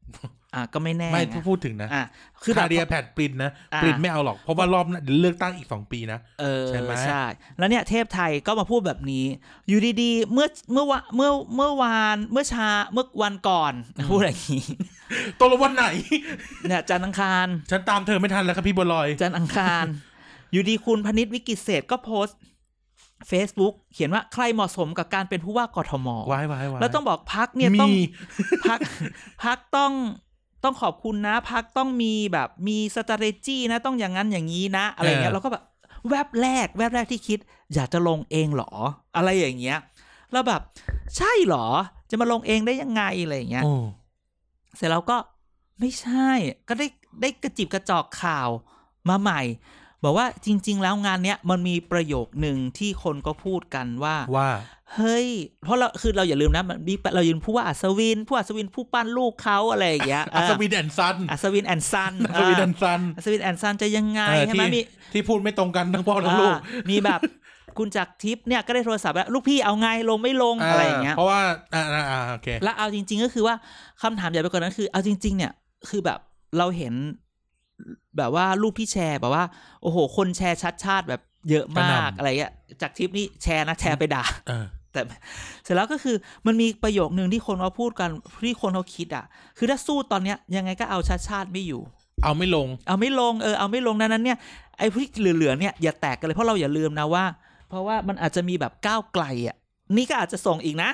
A: อ่ะก็ไม่แน่
B: ไม่
A: ไง
B: พูดถึงนะ
A: อ่ะคื
B: คือ อ
A: แบบ
B: คาเดียแพดปรินนะ
A: อ่า
B: ปรินไม่เอาหรอกเพราะว่ารอบหน้าเดี๋ยวเลือกตั้งอีกสองปีนะ
A: เออ
B: ใช่
A: ใช่
B: ไหม
A: แล้วเนี่ยเทพไทยก็มาพูดแบบนี้ อยู่ดีๆ เมื่อเมื่อวะเมื่อเมื่อวานเมื่อชาเมื่อวันก่อนพูดอะไรอย่างนี้
B: ตกลงวัน ไหน
A: เนี่ยจันทร์อังคาร
B: ฉันตามเธอไม่ทันแล้วครับพี่บัวลอย
A: จันทร์อังคาร อยู่ดีคุณพนิษฐ์วิกิตเศษก็โพสต์ Facebook เขียนว่าใครเหมาะสมกับการเป็นผู้ว่ากทม
B: วายวายวาย
A: แล้วต้องบอกพักเนี่ย
B: มี
A: ต้องพักพักต้องต้องขอบคุณนะ พักต้องมีแบบมีสต r เ t จี้นะ ต้องอย่างนั้นอย่างนี้นะ อะไรอย่างเงี้ยเราก็แบบแวบแรก แวบแรกที่คิด อยากจะลงเองเหรอ อะไรอย่างเงี้ยแล้วแบบ ใช่เหรอ จะมาลงเองได้ยังไงอะไรอย่างเงี้ย
B: โอ้
A: เสร็จแล้วก็ไม่ใช่ ก็ได้ได้กระจิบกระจอกข่าวมาใหม่ บอกว่าจริง ๆ แล้วงานเนี้ยมันมีประโยคหนึ่งที่คนก็พูดกันว่า
B: ว่า
A: เฮ้ย เพราะเราคือเราอย่าลืมนะมันมีเรายืนผู้ว่าอัศวิน ผู้อัศวินผู้ปั้นลูกเขาอะไรอย่างเงี้ย
B: อัศวินแอนซัน
A: อัศวินแอนซัน
B: อัศวินแอนซัน
A: อัศวินแอนซันจะยังไง
B: เออ
A: ใช่ไหม
B: ที่
A: มี
B: ที่พูดไม่ตรงกันทั้งพ่อทั้งลูก
A: อ่ามีแบบคุณจักรทิพย์เนี่ยก็ได้โทรศัพท์แล้วลูกพี่เอาไงลงไม่ลงอะไรอย่างเงี้ย
B: เพราะว่าอ่าอ่าอ่าโอเค
A: และเอาจริง ๆ ก็คือว่าคำถามใหญ่ไปกว่านั้นคือ เอาจริง ๆ เนี่ย คือแบบเราเห็นแบบว่ารูปพี่แชร์แบบว่า โอ้โห คนแชร์ชัดชาติแบบเยอะมาก
B: กระหน่ำ
A: อะไรเงี้ยจากทริปนี้แชร์นะแชร์ไปด่า
B: เออ
A: แต่เสร็จแล้วก็คือมันมีประโยคหนึ่งที่คนเขาพูดกันที่คนเขาคิดอ่ะ คือถ้าสู้ตอนเนี้ยยังไงก็เอาชาติชาติไม่อยู่
B: เอาไม่ลง
A: เอาไม่ลงเออเอาไม่ลงดังนั้นเนี่ยไอ้พวกที่เหลือๆเนี่ยอย่าแตกกันเลยเพราะเราอย่าลืมนะว่า เพราะว่ามันอาจจะมีแบบก้าวไกลอ่ะนี่ก็อาจจะส่งอีกนะ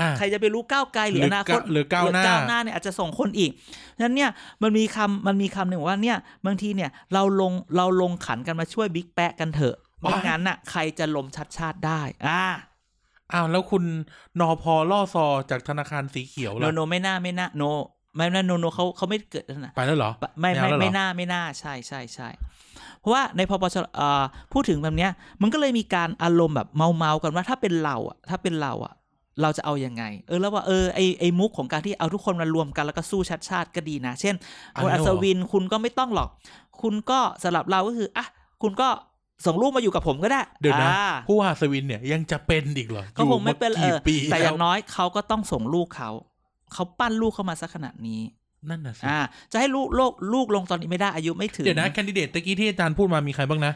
B: อ่า
A: ใครจะไปรู้ก้าวไกลหรืออนาคต
B: หรือก้าวหรือก้าวห
A: วห
B: น้า
A: น้าเนี่ยอาจจะส่งคนอีกฉะนั้นเนี่ยมันมีคำมันมีคำหนึ่งว่าเนี่ยบางทีเนี่ยเราลงเราลงขันกันมาช่วยบิ๊กแปะกันเถอะไม่งั้นน่ะใครจะลมชัดชาติได้อ่า
B: อ้าวแล้วคุณนอพอล่อซอจากธนาคารสีเขียว
A: โน
B: ล่ะ
A: โนไม่น่าไม่น่าโนไม่น่าโนโนเขาเขาไม่เกิดนั่นนะ
B: ไปแล้วเหรอ
A: ไม่ไม่
B: เอาแล้วเหรอ
A: ไม่น่าไม่น่าใช่ใช่ใช่เพราะว่าในพปชเอ่อพูดถึงแบบเนี้ย มันก็เลยมีการอารมณ์แบบเมาเมาๆกันว่าถ้าเป็นเราอ่ะถ้าเป็นเราอ่ะ เราจะเอายังไง เออแล้วว่าเออไอไอมุกของการที่เอาทุกคนมารวมกันแล้วก็สู้ชัดชาติก็ดีนะ เช่น
B: เอา
A: คุณ
B: แล้
A: อัศ
B: วเหรอ
A: วินคุณก็ไม่ต้องหรอก คุณก็สำหรับเราก็คืออ่ะคุณก็ส่งลูกมาอยู่กับผมก็ได้
B: เดี๋ยวนะ
A: อ่า
B: ผู้ว่าสวินเนี่ยยังจะเป็นอีกเหรอ
A: ก็คงไม่เป็น
B: อยู่า
A: เออ
B: กี่ปี
A: แต่อย่าง
B: ล้ว
A: น้อยเขาก็ต้องส่งลูกเขาเขาปั้นลูกเข้ามาซะขนาดนี้
B: นั่นน่ะสิ
A: อ่า จะให้ลูกโลกลูกลงตอนนี้ไม่ได้อายุไม่ถึง
B: เดี๋ยวนะแคนดิเดตตะกี้ที่อาจารย์พูดมามีใครบ้างนะ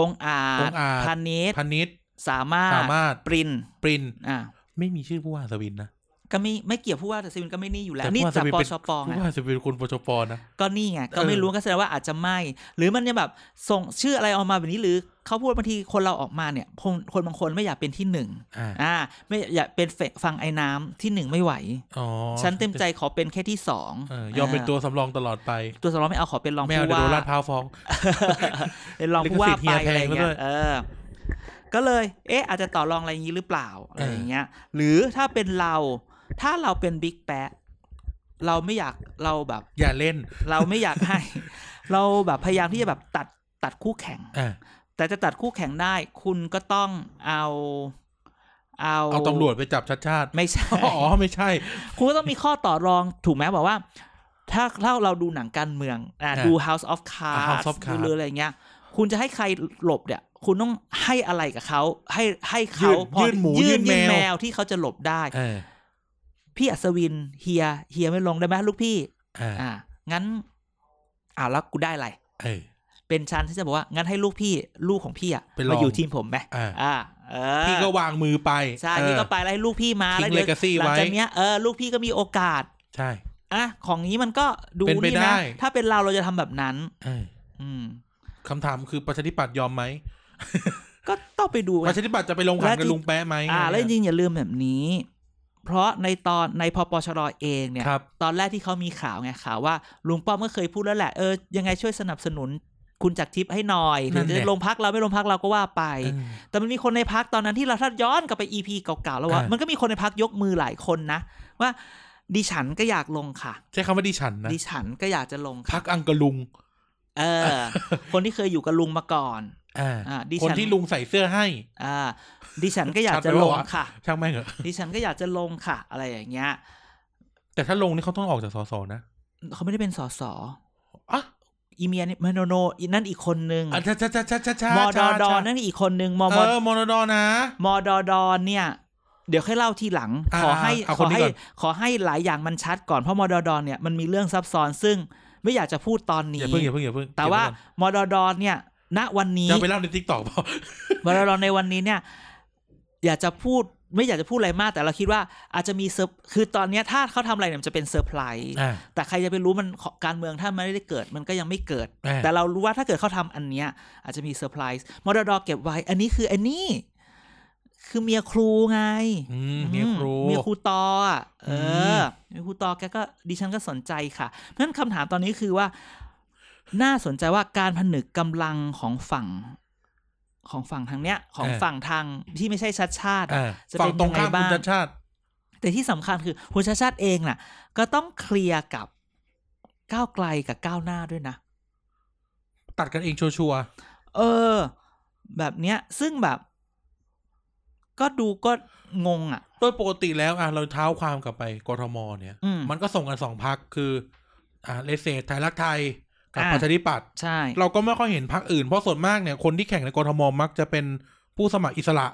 A: องค์อาจ
B: องค์อาจ
A: พานิช
B: พานิช
A: สามารถ
B: สามารถ
A: ปริน
B: ปริน
A: อ่า
B: ไม่มีชื่อผู้ว่าสวินนะ
A: ก็ไม่ไม่เกี่ยวผู้ว่าแต่สวินก็ไม่นี่อยู่แล้ว
B: แต่
A: นี่
B: ผู้ว่า
A: จาก
B: สวิน
A: ป
B: เป็น
A: ชปไง
B: ผู้ว่าจะเป็นคนปชปนะ
A: ก็นี่ไงก็
B: เออ
A: ไม่รู้ก็แสดงว่าอาจจะไม่ หรือมันจะแบบส่งชื่ออะไรออกมาแบบนี้หรือเขาพูดบางทีคนเราออกมาเนี่ยคนคนบางคนไม่อยากเป็นที่หนึ่ง
B: อ่า
A: อ่า ไม่อยากเป็นเฟฟังไอ้น้ำที่หนึ่งไม่ไหว
B: อ๋อ
A: ฉันเต็มใจขอเป็นแค่ที่สอง
B: เออยอมเป็นตัวสำรองตลอดไป
A: าตัวสำรองไม่เอาขอเป็นรอง
B: ไม่เอา
A: ผู้
B: เดี๋ยว
A: ว่า
B: โดนลาดพร้าวฟ้อง
A: เป็นรองผู้ว่า
B: ลิขสิทธิ์เฮี
A: ไป
B: ยแพ
A: อะไร
B: งแล้ว
A: เงี้
B: ด้วย ย
A: เออ ก็เลย เอ๊ะ อาจจะต่อรองอะไรอย่างนี้หรือเปล่าอะ
B: เอออ
A: ไรอย่างเงี้ย หรือถ้าเป็นเรา ถ้าเราเป็นบิ๊กแปะเราไม่อยากเราแบบ
B: อย่าเล่น
A: เราไม่อยากให้ เราแบบพยายามที่จะแบบตัดตัดคู่แข่ง
B: อ่า
A: แต่จะตัดคู่แข่งได้ คุณก็ต้องเอา เอา
B: เอาตำรวจไปจับชัดชาติ
A: ไม่ใช่
B: อ๋อไม่ใช่
A: คุณก็ต้องมีข้อต่อรองถูกไหมบอกว่า ถ้าถ้าเราดูหนังการเมืองอ่ะ
B: อ่ะ
A: ดู House of Cards
B: House of Cards
A: ดูอะไรอย่างเงี้ย คุณจะให้ใครหลบเนี่ย คุณต้องให้อะไรกับเขาให้ให้เขาย
B: ยื่นหมูยื่นแมว
A: แมวที่เขาจะหลบได้
B: เออ
A: พี่อัศวินเฮียเฮียไม่ลงได้ไหมลูกพี่
B: อ่า
A: อ่า งั้นอ้าวแล้วกูได้อะไร
B: เออ
A: เป็นชันที่จะบอกว่างั้นให้ลูกพี่ลูกของพี่อ่ะ
B: ไปลอง
A: มาอยู่ทีมผมไหม
B: อ่า
A: อ่าเออ
B: พี่ก็วางมือไป
A: ใช่
B: เออ
A: พี่ก็ไปแล้วให้ลูกพี่มา
B: ทิ้ง
A: แล้วเดี๋ยว
B: legacy
A: หลัจาก
B: ไว้
A: เนี้ยเออลูกพี่ก็มีโอกาส
B: ใช่
A: อ่ะของนี้มันก็ดู
B: เป็นไป
A: นี่
B: ได้
A: นะ ถ้าเป็นเราเราจะทำแบบนั้น
B: เออ
A: อืม
B: คำถามคือประชาธิปัตย์ยอมไหม
A: ก็ต้องไปดูไง
B: ประชาธิปัตย์จะไปลงขัน
A: และ
B: กับ
A: ที่
B: ลุงแป๊ะไหม
A: อ่า แล้วจริงๆอย่าลืมแบบนี้ เพราะในตอนในพปชรเองเนี่ย
B: ครับ
A: ตอนแรกที่เขามีข่าวไงข่าวว่าลุงป้อมก็เคยพูดแล้วแหละเออยังไงช่วยสนับสนุนคุณจักรทิพย์ให้หน่อย
B: นั่
A: ถึง
B: นแหละ
A: จะลงพักเราไม่ลงพักเราก็ว่าไป
B: เออ
A: แต่มันมีคนในพักตอนนั้นที่เราถ้าย้อนกลับไปอีพีเก่าๆแล้วว่า
B: อ่ามั
A: มันก็มีคนในพักยกมือหลายคนนะ ว่าดิฉันก็อยากลงค่ะ
B: ใช้คำว่าดิฉันนะ
A: ดิฉันก็อยากจะลงค่ะ
B: พักอังกะลุง
A: เออ คนที่เคยอยู่กับลุงมาก่อน
B: อ่า
A: อ่าดิฉัน
B: คนที่ลุงใส่เสื้อให้
A: อ่า ดิฉันก็อยากจะลงค่ะ
B: ช่างแม่งเหอะ
A: ดิฉันก็อยากจะลงค่ะ อะไรอย่างเงี้ย
B: แต่ถ้าลงนี่เขาต้องออกจากสสนะ
A: เขาไม่ได้เป็นสส
B: อ่ะ
A: อีเมียนี่มโนโนอีนั่นอีกคนนึง
B: อ่ะชาชาชาชาชาชาม
A: อดอดอ
B: นะ
A: นั่นอีกคนนึงมอม
B: เอ
A: อ
B: อมอนอดอนะ
A: มอดอดอเนี่ย เดี๋ยวค่อยเล่าทีหลัง
B: อ่า
A: ขอให้
B: เอา
A: ข
B: ค
A: อน
B: นี้
A: ให้
B: ก่อน
A: ขอให้หลายอย่างมันชัดก่อนเพราะมอดอดอเนี่ยมันมีเรื่องซับซ้อนซึ่งไม่อยากจะพูดตอน
B: อ
A: นี้
B: ย่าเพิ่งอย่าเพิ่งอย่าเพิ่ง
A: แต่ว่า
B: เดี๋ย
A: มอดอดอเนี่ย ณวันนี้
B: ก่อนจะไปเล่าในทิกตอกเปล่า
A: วลาเราในวันนี้เนี่ย อยากจะพูดไม่อยากจะพูดอะไรมาก แต่เราคิดว่าอาจจะมีเซอร์คือตอนเนี้ยถ้าเขาทำอะไรเนี่ยมันจะเป็นเซอร์ไพรส์
B: อ่า
A: แต่ใครจะไปรู้มันขอการเมืองถ้ามันไม่ได้เกิดมันก็ยังไม่เกิด
B: อ่า
A: แต่เรารู้ว่าถ้าเกิดเขาทำอันเนี้ย อาจจะมีเซอร์ไพรส์มรดกเก็บไว้ อันนี้คืออันนี้ คือเมียครูไง
B: อืมเมียครู
A: เมียครูตออ่ะเออ
B: ม
A: เมียครูตอแกก็ดิฉันก็สนใจค่ะเพราะฉะนั้นคำถามตอนนี้คือว่า น่าสนใจว่าการผนึกกำลังของฝั่ง ของฝั่งทางเนี้ย ของ
B: เออ
A: ฝั่งทางที่ไม่ใช่ชัดชาติ
B: อ่า
A: อะ จะ
B: ฝั่ง
A: เป็น
B: ตรงข้า
A: ยั
B: ม
A: งไงบ้า
B: คุ
A: ง
B: ณชัดชาติ
A: แต่ที่สำคัญคือคุณชาติชาติเองน่ะ ก็ต้องเคลียร์กับก้าวไกลกับก้าวหน้าด้วยนะ
B: ตัดกันเองชัวร์
A: เออ แบบเนี้ย ซึ่งแบบ ก็ดูก็งงอ่ะ
B: ๆโดยปกติแล้วอ่ะเราเท้าความกลับไปกทมเนี่ย
A: อืม
B: มันก็ส่งกันสองพักคือ อ่าเลเซตไทยรักไทยกับ
A: อ่า
B: ประชาธิปัตย์
A: ใช่
B: เราก็ไม่ค่อยเห็นพักอื่นเพราะส่วนมากเนี่ยคนที่แข่งในกทมมักจะเป็นผู้สมัครอิสระ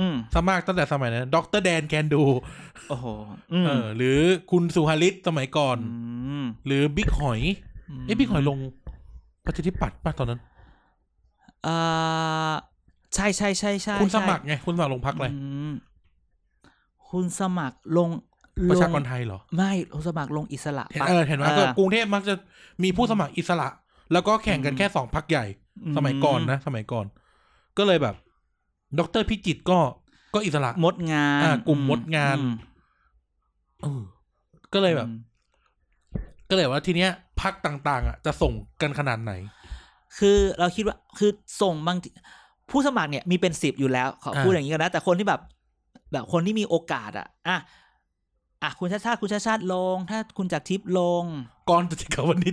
A: อืม
B: สมัครตั้งแต่สมัยนั้นดรแดนแกนดู
A: โอ้โห อืม
B: เออหรือคุณสุหาริตสมัยก่อน
A: ม
B: หรือบิ๊กหอยเอ้บิ๊กหอยลงประชาธิปัตย์ป่ะตอนนั้น
A: เอ่อใช่ใช่ใช่ใช่
B: คุณสมัคร
A: ใช่
B: ไง คุณสมัครลงพักอะไร
A: มคุณสมัครลงล
B: ประชาง กรไทยเหรอ
A: ไม่คุณสมัครลงอิสระ
B: เห็น
A: ปะ
B: เออเห็นไหม
A: ออ
B: ก็กรุงเทพมักจะมีผู้สมัครอิสระ แล้วก็แข่งกัน
A: อืม
B: แค่สองพักใหญ่ สมัยก่อนนะ สมัยก่อน ก็เลยแบบดรพิจิตรก็ก็อิสระ
A: มดงาน
B: อ่ากลุ่มมดงาน
A: อืม
B: เออก็เลยแบบ
A: อืม
B: ก็เลยว่าทีเนี้ยพักต่างๆอ่ะจะส่งกันขนาดไหน
A: คือเราคิดว่าคือส่งบางทีผู้สมัครเนี่ยมีเป็นสิบอยู่แล้วขอ
B: อ่า
A: พูดอย่างนี้กันนะ แต่คนที่แบบ แบบคนที่มีโอกาส อ่ะอ่ะอ่ะคุณชาติชาติคุณชาติชาติลง ถ้าคุณจากรทิพย์ลง
B: ก่ อนจะถึงกับวันนี้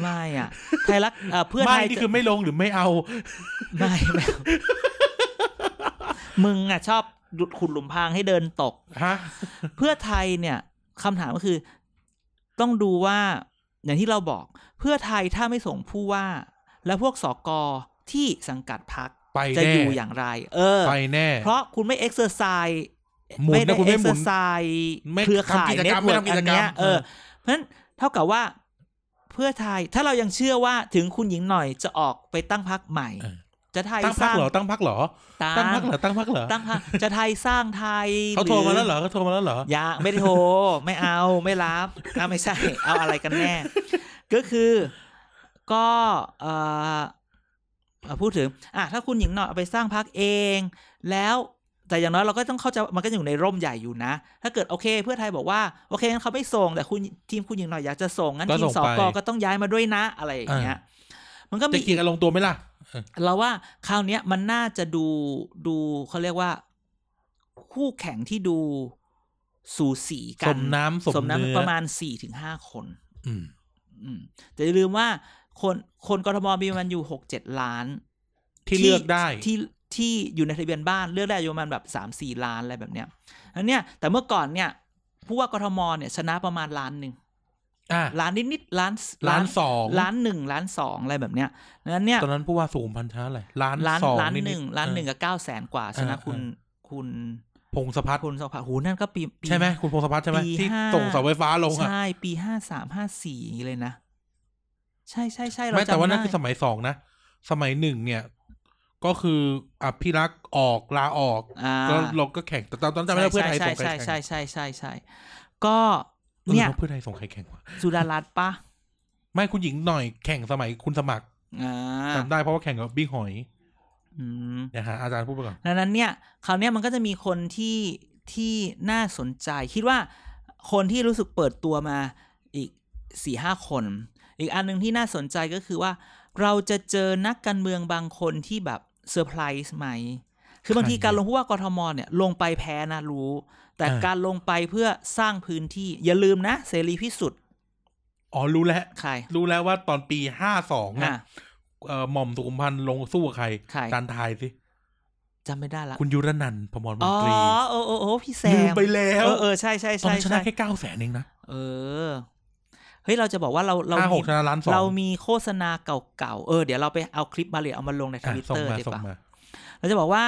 A: ไม่อ่ะ ไทยรักเอ่อเพื่อ
B: ไม่
A: ไทย
B: นี่
A: จะ
B: คือไม่ลงหรือไม่เอา
A: ไม่ไม่เอามึงอ่ะ ชอบดุดขุดหลุมพรางให้เดินตก
B: ฮะ
A: เพื่อไทยเนี่ยคำถามก็คือ ต้องดูว่าอย่างที่เราบอก เพื่อไทยถ้าไม่ส่งผู้ว่า และพวกสกที่สังกัดพัก
B: ไป
A: จะ
B: แน่
A: อยู่อย่างไร เออ
B: ไปแน่
A: เพราะคุณไม่เอ็กซ์เซอร์ไซส์
B: หมุนนะ
A: ไม่ได้
B: คุณไม่
A: เอ็กซ์
B: ห
A: เซ
B: มุ
A: อน ร์ไซส์
B: ไม่
A: เครือข่าย
B: ทำกิจกรรม
A: เน็ตเวิ
B: ไม่ทำกิจกรรม
A: อันเนี้ยเออ
B: เออ
A: เพราะฉะนั้นเท่ากับว่า เพื่อไทยถ้าเรายังเชื่อว่าถึงคุณหญิงหน่อยจะออกไปตั้งพักใหม่
B: เออ
A: จะไทย
B: ตั้ง
A: ส
B: พัก
A: ร้าง
B: เหรอตั้งพักเหรอตั้งพักเหรอตั้งพักเหรอ
A: ตั้งพรรคจะไทยสร้างไทย
B: เขาโทรมาแล้วเหรอเขาโทรมาแล้วเหรอ
A: ยังไม่ได้โทรไม่เอาไม่รับเอาไม่ใช่เอาอะไรกันแน่ ก็คือ ก็เอ่อเอ่อพูดถึงอ่ะถ้าคุณหญิงหน่อยเอาไปสร้างพักเอง แล้วแต่อย่างน้อยเราก็ต้องเข้าใจมันก็อยู่ในร่มใหญ่อยู่นะ ถ้าเกิดโอเค เพื่อไทยบอกว่าโอเคงั้นเขาไม่ส่ง แต่คุณทีมคุณหญิงหน่อยอยากจะส่งงั้น
B: ก็
A: ที
B: ส่
A: ม
B: ง
A: ส
B: ไป
A: กก็ต้องย้ายมาด้วยนะอะไรอย่างเงี้ย มันก็
B: จะ
A: มี
B: กินกันลงตัวไหมล่ะ
A: เราว่าคราวเนี้ยมันน่าจะดูดูเขาเรียกว่า คู่แข่งที่ดูสูสีกั
B: ส
A: น
B: มน้ำสมเนื้อ
A: ประมาณสี่ถึงห้าคน
B: อืม
A: อืมแต่อย่าลืมว่าคนคนกรทมมีมันอยู่หกเจ็ดล้าน
B: ที่เลือกได้
A: ที่ที่อยู่ในทะเบียนบ้านเลือกได้อยู่ประมาณแบบสามสี่ล้านอะไรแบบเนี้ยอันเนี้ยแต่เมื่อก่อนเนี่ยผู้ว่ากทมเนี่ยชนะประมาณล้านหนึ่ง
B: อ่ะ
A: ล้านนิดนิดๆล้าน
B: ล้านสอง
A: ล้านหนึ่งล้านสองอะไรแบบเนี้ยนั้นเนี่ย
B: ตอนนั้นผู้ว่าสูงพันธ์ช้าอะไรล้าน
A: ล้าน
B: สอง
A: ล้าน
B: ดๆ
A: หนึ่งล้านหนึ่ง
B: เออ
A: กับเก้าแสนกว่าชนะ
B: เออ
A: คุณ
B: เออ
A: คุณ
B: พงศพัฒน์
A: คุณสภาหูนั่นก็ปีปี
B: ใช่ไหมคุณพงศพัฒน์ใช่ไหม
A: ปี
B: ที่
A: ห้า
B: ส่งเสาไฟฟ้าลงอ่ะ
A: ใช่ปีห้าสามห้าสี่อย่างนี้เลยนะ ใช่ใช่ใช่เรา
B: ไม่แต่
A: จำ
B: ว่านั่
A: ได้
B: นคือสมัยสองนะ สมัยหนึ่งเนี่ย ก็คืออภิรักษ์ออกลาออก
A: อ่า
B: ก็เราก็แข่งแต่ตอนนั้นจำไม่ได้เพื่อไทย
A: ใช่
B: ส่งใคร
A: ใช่
B: แข่ง
A: ใช่ใช่ใช่ใช่ใช่ก็เนี่ย
B: เออเพื่อไทยส่งใครแข่งวะ
A: สุดารัตน์ปะ
B: ไม่คุณหญิงหน่อยแข่งสมัยคุณสมัคร
A: อ่า
B: จำได้เพราะว่าแข่งกับบิ๊กหอย
A: อืม
B: นะฮะอาจารย์พูดไปก่อน
A: ดังนั้นเนี่ยคราวเนี้ยมันก็จะมีคนที่ที่น่าสนใจ คิดว่าคนที่รู้สึกเปิดตัวมาอีกสี่ห้าคน อีกอันหนึ่งที่น่าสนใจก็คือว่า เราจะเจอนักการเมืองบางคนที่แบบเซอร์ไพรส์ไหม คือบางที
B: ใคร
A: การลงผู้ว่ากทมเนี่ยลงไปแพ้นะรู้ แต่
B: อ่า
A: การลงไปเพื่อสร้างพื้นที่อย่าลืมนะ เสรีพิสุทธิ์
B: อ๋อรู้แล้ว
A: ใคร
B: รู้แล้วว่าตอนปีห้าสองเนี่ย
A: อ่ะ
B: เอ่อหม่อมสุขุมพันธ์ลงสู้กับใคร
A: ใคร
B: จานทายสิ
A: จำไม่ได้ละ
B: คุณยุรนันท์พมรม
A: อ๋
B: น
A: อ
B: ตรี
A: โอ้โอ้โอ้พี่แซ
B: ลืม
A: ม
B: ไปแล้ว
A: เออเออใช่ใช่
B: ตอน
A: ใช่
B: นนชนะ
A: ใช่
B: แค่เก้าแสนเองนะ
A: เออ เฮ้ย เราจะบอกว่าเราเรา
B: ห้าห
A: มี
B: กชนะล้านสอง
A: เรามีโฆษณาเก่าๆ เออ เดี๋ยวเราไปเอาคลิปมาเลยเอามาลงในท
B: อ่ะ
A: วิต
B: ส่
A: เต
B: ง
A: อร์
B: มา
A: ดีก
B: ส่ง
A: ว่า
B: มา
A: เราจะบอกว่า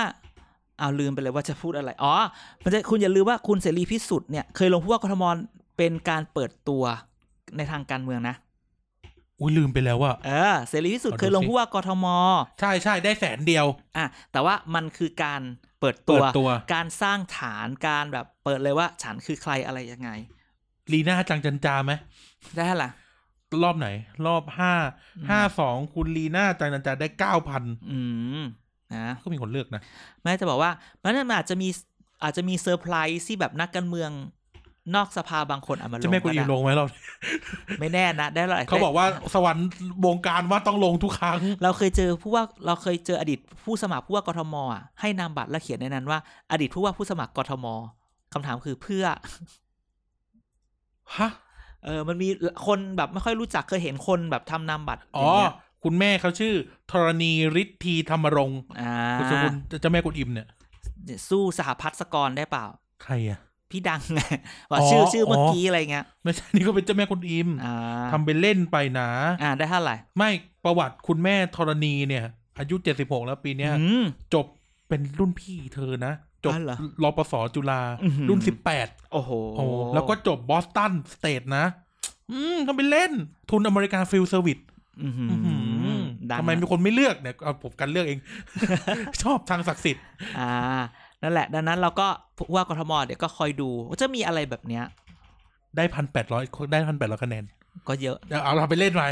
A: เอาลืมไปเลยว่าจะพูดอะไร อ๋อ มันจะคุณอย่าลืมว่าคุณเสรีพิสุทธิ์เนี่ยเคยลงผู้ว่ากทมเป็นการเปิดตัวในทางการเมืองนะ
B: อุ้ยลืมไปแล้วว่า
A: เออ เสรีพิสุทธิ์
B: ขอดู
A: เคยลง
B: สิ
A: ผู้ว่ากทม
B: ใช่ใช่ได้แสนเดียว
A: อ่ะ แต่ว่ามันคือการเปิด
B: เปิดตัว
A: การสร้างฐาน การแบบเปิดเลยว่าฉันคือใครอะไรยังไง
B: ลีน่าจังจันจาไหม
A: ได้ล่ะ
B: รอบไหน รอบห้า
A: อืม
B: ห้าสองคุณลีน่าจังจันจาได้เก้าพัน
A: อืม นะ
B: ก็มีคนเลือกนะ
A: แม่จะบอกว่ามันมันอาจจะมีอาจจะมีเซอร์ไพรส์ที่แบบนักการเมืองนอกสภาบางคนเอามาลง
B: จะแม่คุณอิมล
A: ก็
B: งไหมเรา
A: ได้ไม่แน่นะ ได้หลย
B: เขาบอกว่าสวรรค์วงการว่าต้องลงทุกครั้ง
A: เราเคยเจอผู้ว่าเราเคยเจออดีตผู้สมัครผู้ว่ากทมอ่ะให้นามบัตรและเขียนในนั้นว่า อดีตผู้ว่าผู้สมัครกทมคำถามคือเพื่อ
B: ฮะ
A: เออมันมีคนแบบไม่ค่อยรู้จักเคยเห็นคนแบบทำนามบัตร
B: อ๋อ
A: อย่างเงี้ย
B: คุณแม่เขาชื่อธรณีฤทธีธรรมรงค์
A: อ่า
B: คุณสกุลเจ้าแม่คุณอิมเนี่ย
A: สู้สหพัฒน์สกรได้เปล่า
B: ใครอะ
A: พี่ดังไงว่า
B: อ๋อ
A: ชื่อชื่อเมื่ออ
B: อ
A: กี้อะไรเงี้ย
B: ไม่ใช่ นี่ก็เป็นเจ้าแม่คุณอิม
A: อ่า
B: ทำเป็นเล่นไปนะ
A: อ่าได้เท่าไหร่
B: ไม่ประวัติคุณแม่ธรณีเนี่ย อายุเจ็ดสิบหกแล้วปีเนี้ย
A: อืม
B: จบเป็นรุ่นพี่เธอนะ จบ
A: อ๋อเหรอ
B: รอปศจุฬา
A: อื้อหือ
B: รุ่นสิบแปด
A: โอ้โห
B: โอ้แล้วก็จบบอสตันสเตทนะ อืมทำเป็นเล่นทุนอเมริกาฟิลเซอร์วิส
A: อื้อหือดัง
B: ทำไมมี
A: อะ
B: คนไม่เลือกเนี่ยเอาผมกันเลือกเอง ชอบทางศักดิ์สิทธิ์
A: อ่า นั่นแหละ ดังนั้นเราก็ผู้ว่ากทมเดี๋ยวก็คอยดูว่าจะมีอะไรแบบเนี้ย
B: ได้พันแปดร้อยได้พันแปดร้อยคะแนน
A: ก็เยอะ
B: เอาเอาทำไปเล่นไป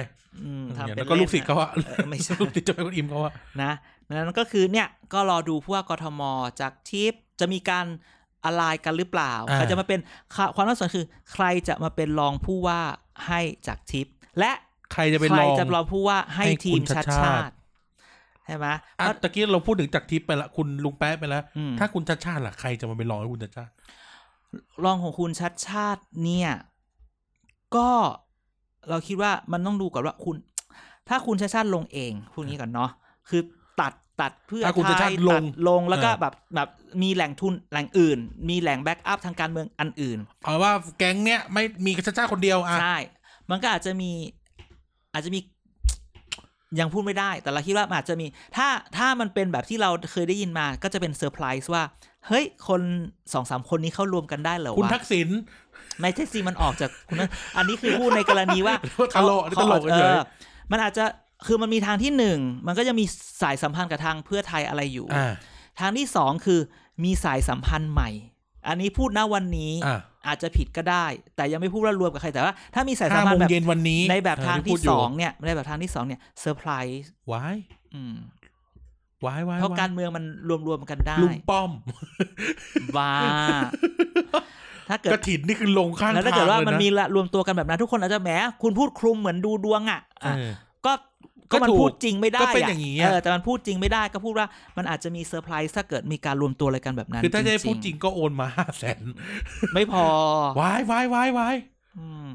A: อืม
B: อ
A: ทำ
B: ย่าง
A: เป็น
B: แล้วก็
A: เน
B: ลูกศิษย์เขาอะ
A: เออไม่ใช่
B: ลูกศิษย์เจ้าแม่คุณอิมเขาอะ
A: นะดังนั้นก็คือเนี่ยก็รอดูผู้ว่ากทมจากทิปจะมีการอะไรกันหรือเปล่าใครจะมาเป็นค่ะความน่าสนใจคือ ใครจะมาเป็นรองผู้ว่าให้จากทิปและ
B: ใครจะไป
A: ใค
B: ล
A: ร
B: อง
A: จะรองผู้ว่าให้
B: ให้
A: ที
B: คุ
A: ม
B: ณ
A: ชัด
B: ชัดชา
A: ชา
B: ติ
A: ติใช่ไหม
B: อ่ะ
A: เพราะ
B: ตะกี้เราพูดถึงจากทิพย์ไปละคุณลุงแป๊ะไปแล้ว
A: อืม
B: ถ้าคุณชาติชาติล่ะใครจะมาเป็นรองให้คุณชาติชาติ
A: รองของคุณชัดชาติเนี่ย ก็เราคิดว่ามันต้องดูก่อนว่าคุณ ถ้าคุณชัดชาติลงเองพวกนี้ก่อนเนาะคือตัดตัดเพื่อ
B: ถ้าคุณชาติ
A: ไท
B: ชาย ติล
A: ตั
B: ง
A: ดลงแล้วก็
B: เออ
A: แบบแบบมีแหล่งทุนแหล่งอื่น มีแหล่งแบ็กอัพทางการเมืองอันอื่น
B: เอาว่าแก๊งเนี้ยไม่มีชาติชาติคนเดียวอ่ะ
A: ใช่ มันก็อาจจะมีอาจจะมี ยังพูดไม่ได้ แต่เราคิดว่ามันอาจจะมี ถ้าถ้ามันเป็นแบบที่เราเคยได้ยินมา ก็จะเป็นเซอร์ไพรส์ว่า เฮ้ย คนสองสามคนนี้เข้ารวมกันได้เหรอวะ
B: คุณทักษิณ
A: ไม่ใช่สิมันออกจากคุณนะอันนี้คือพูดในกรณีว่า
B: ว่าตลก
A: เขา
B: ตลก
A: เอ
B: เฉย
A: อมันอาจจะ คือมันมีทางที่หนึ่งมันก็จะมีสายสัมพันธ์กับทางเพื่อไทยอะไรอยู่
B: อ่า
A: ทางที่สองคือมีสายสัมพันธ์ใหม่ อันนี้พูดนะวันนี้
B: อ่า
A: อาจจะผิดก็ได้ แต่ยังไม่พูดว่ารวมกับใครแต่ว่า ถ้ามีสายสัม
B: ห้า
A: พัน
B: โมง
A: ธ์แบบ
B: เย็นวันนี้
A: ในแบบทาง
B: พู
A: ที่
B: ดยู่
A: สองเนี่ยในแบบทางที่สองเนี่ยเซอร์ไพรส์
B: ว้าย
A: อืม
B: ว้ายว้าย
A: เพราะ
B: ว้ย
A: การเมืองมันรวมๆกันได้
B: ลุงป้อม
A: บ้าถ้าเกิด
B: กระถินนี่คือลงข้าง
A: แล้วถ้า
B: ทาง
A: เกิดว่า
B: เลย
A: มัน
B: นะ
A: มีละรวมตัวกันแบบนั้นทุกคนอาจจะแหมคุณพูดคลุมเหมือนดูดวงอ่ะ
B: เอ
A: อ่ะ
B: อ
A: ก็
B: ก็
A: ก็มัน
B: ถูก
A: พูดจริงไม่ได้
B: ก็เป็นอย่างนี้
A: นี้
B: อะ
A: เออแต่มันพูดจริงไม่ได้ก็พูดว่ามันอาจจะมีเซอร์ไพรส์ถ้าเกิดมีการรวมตัวอะไรกันแบบนั้น
B: คือถ้าจะให้พูดจริ
A: ง
B: งก็โอนมาห้าแสน
A: ๆไม่พอ
B: ว้ายว้ายว้ายว้าย
A: อืม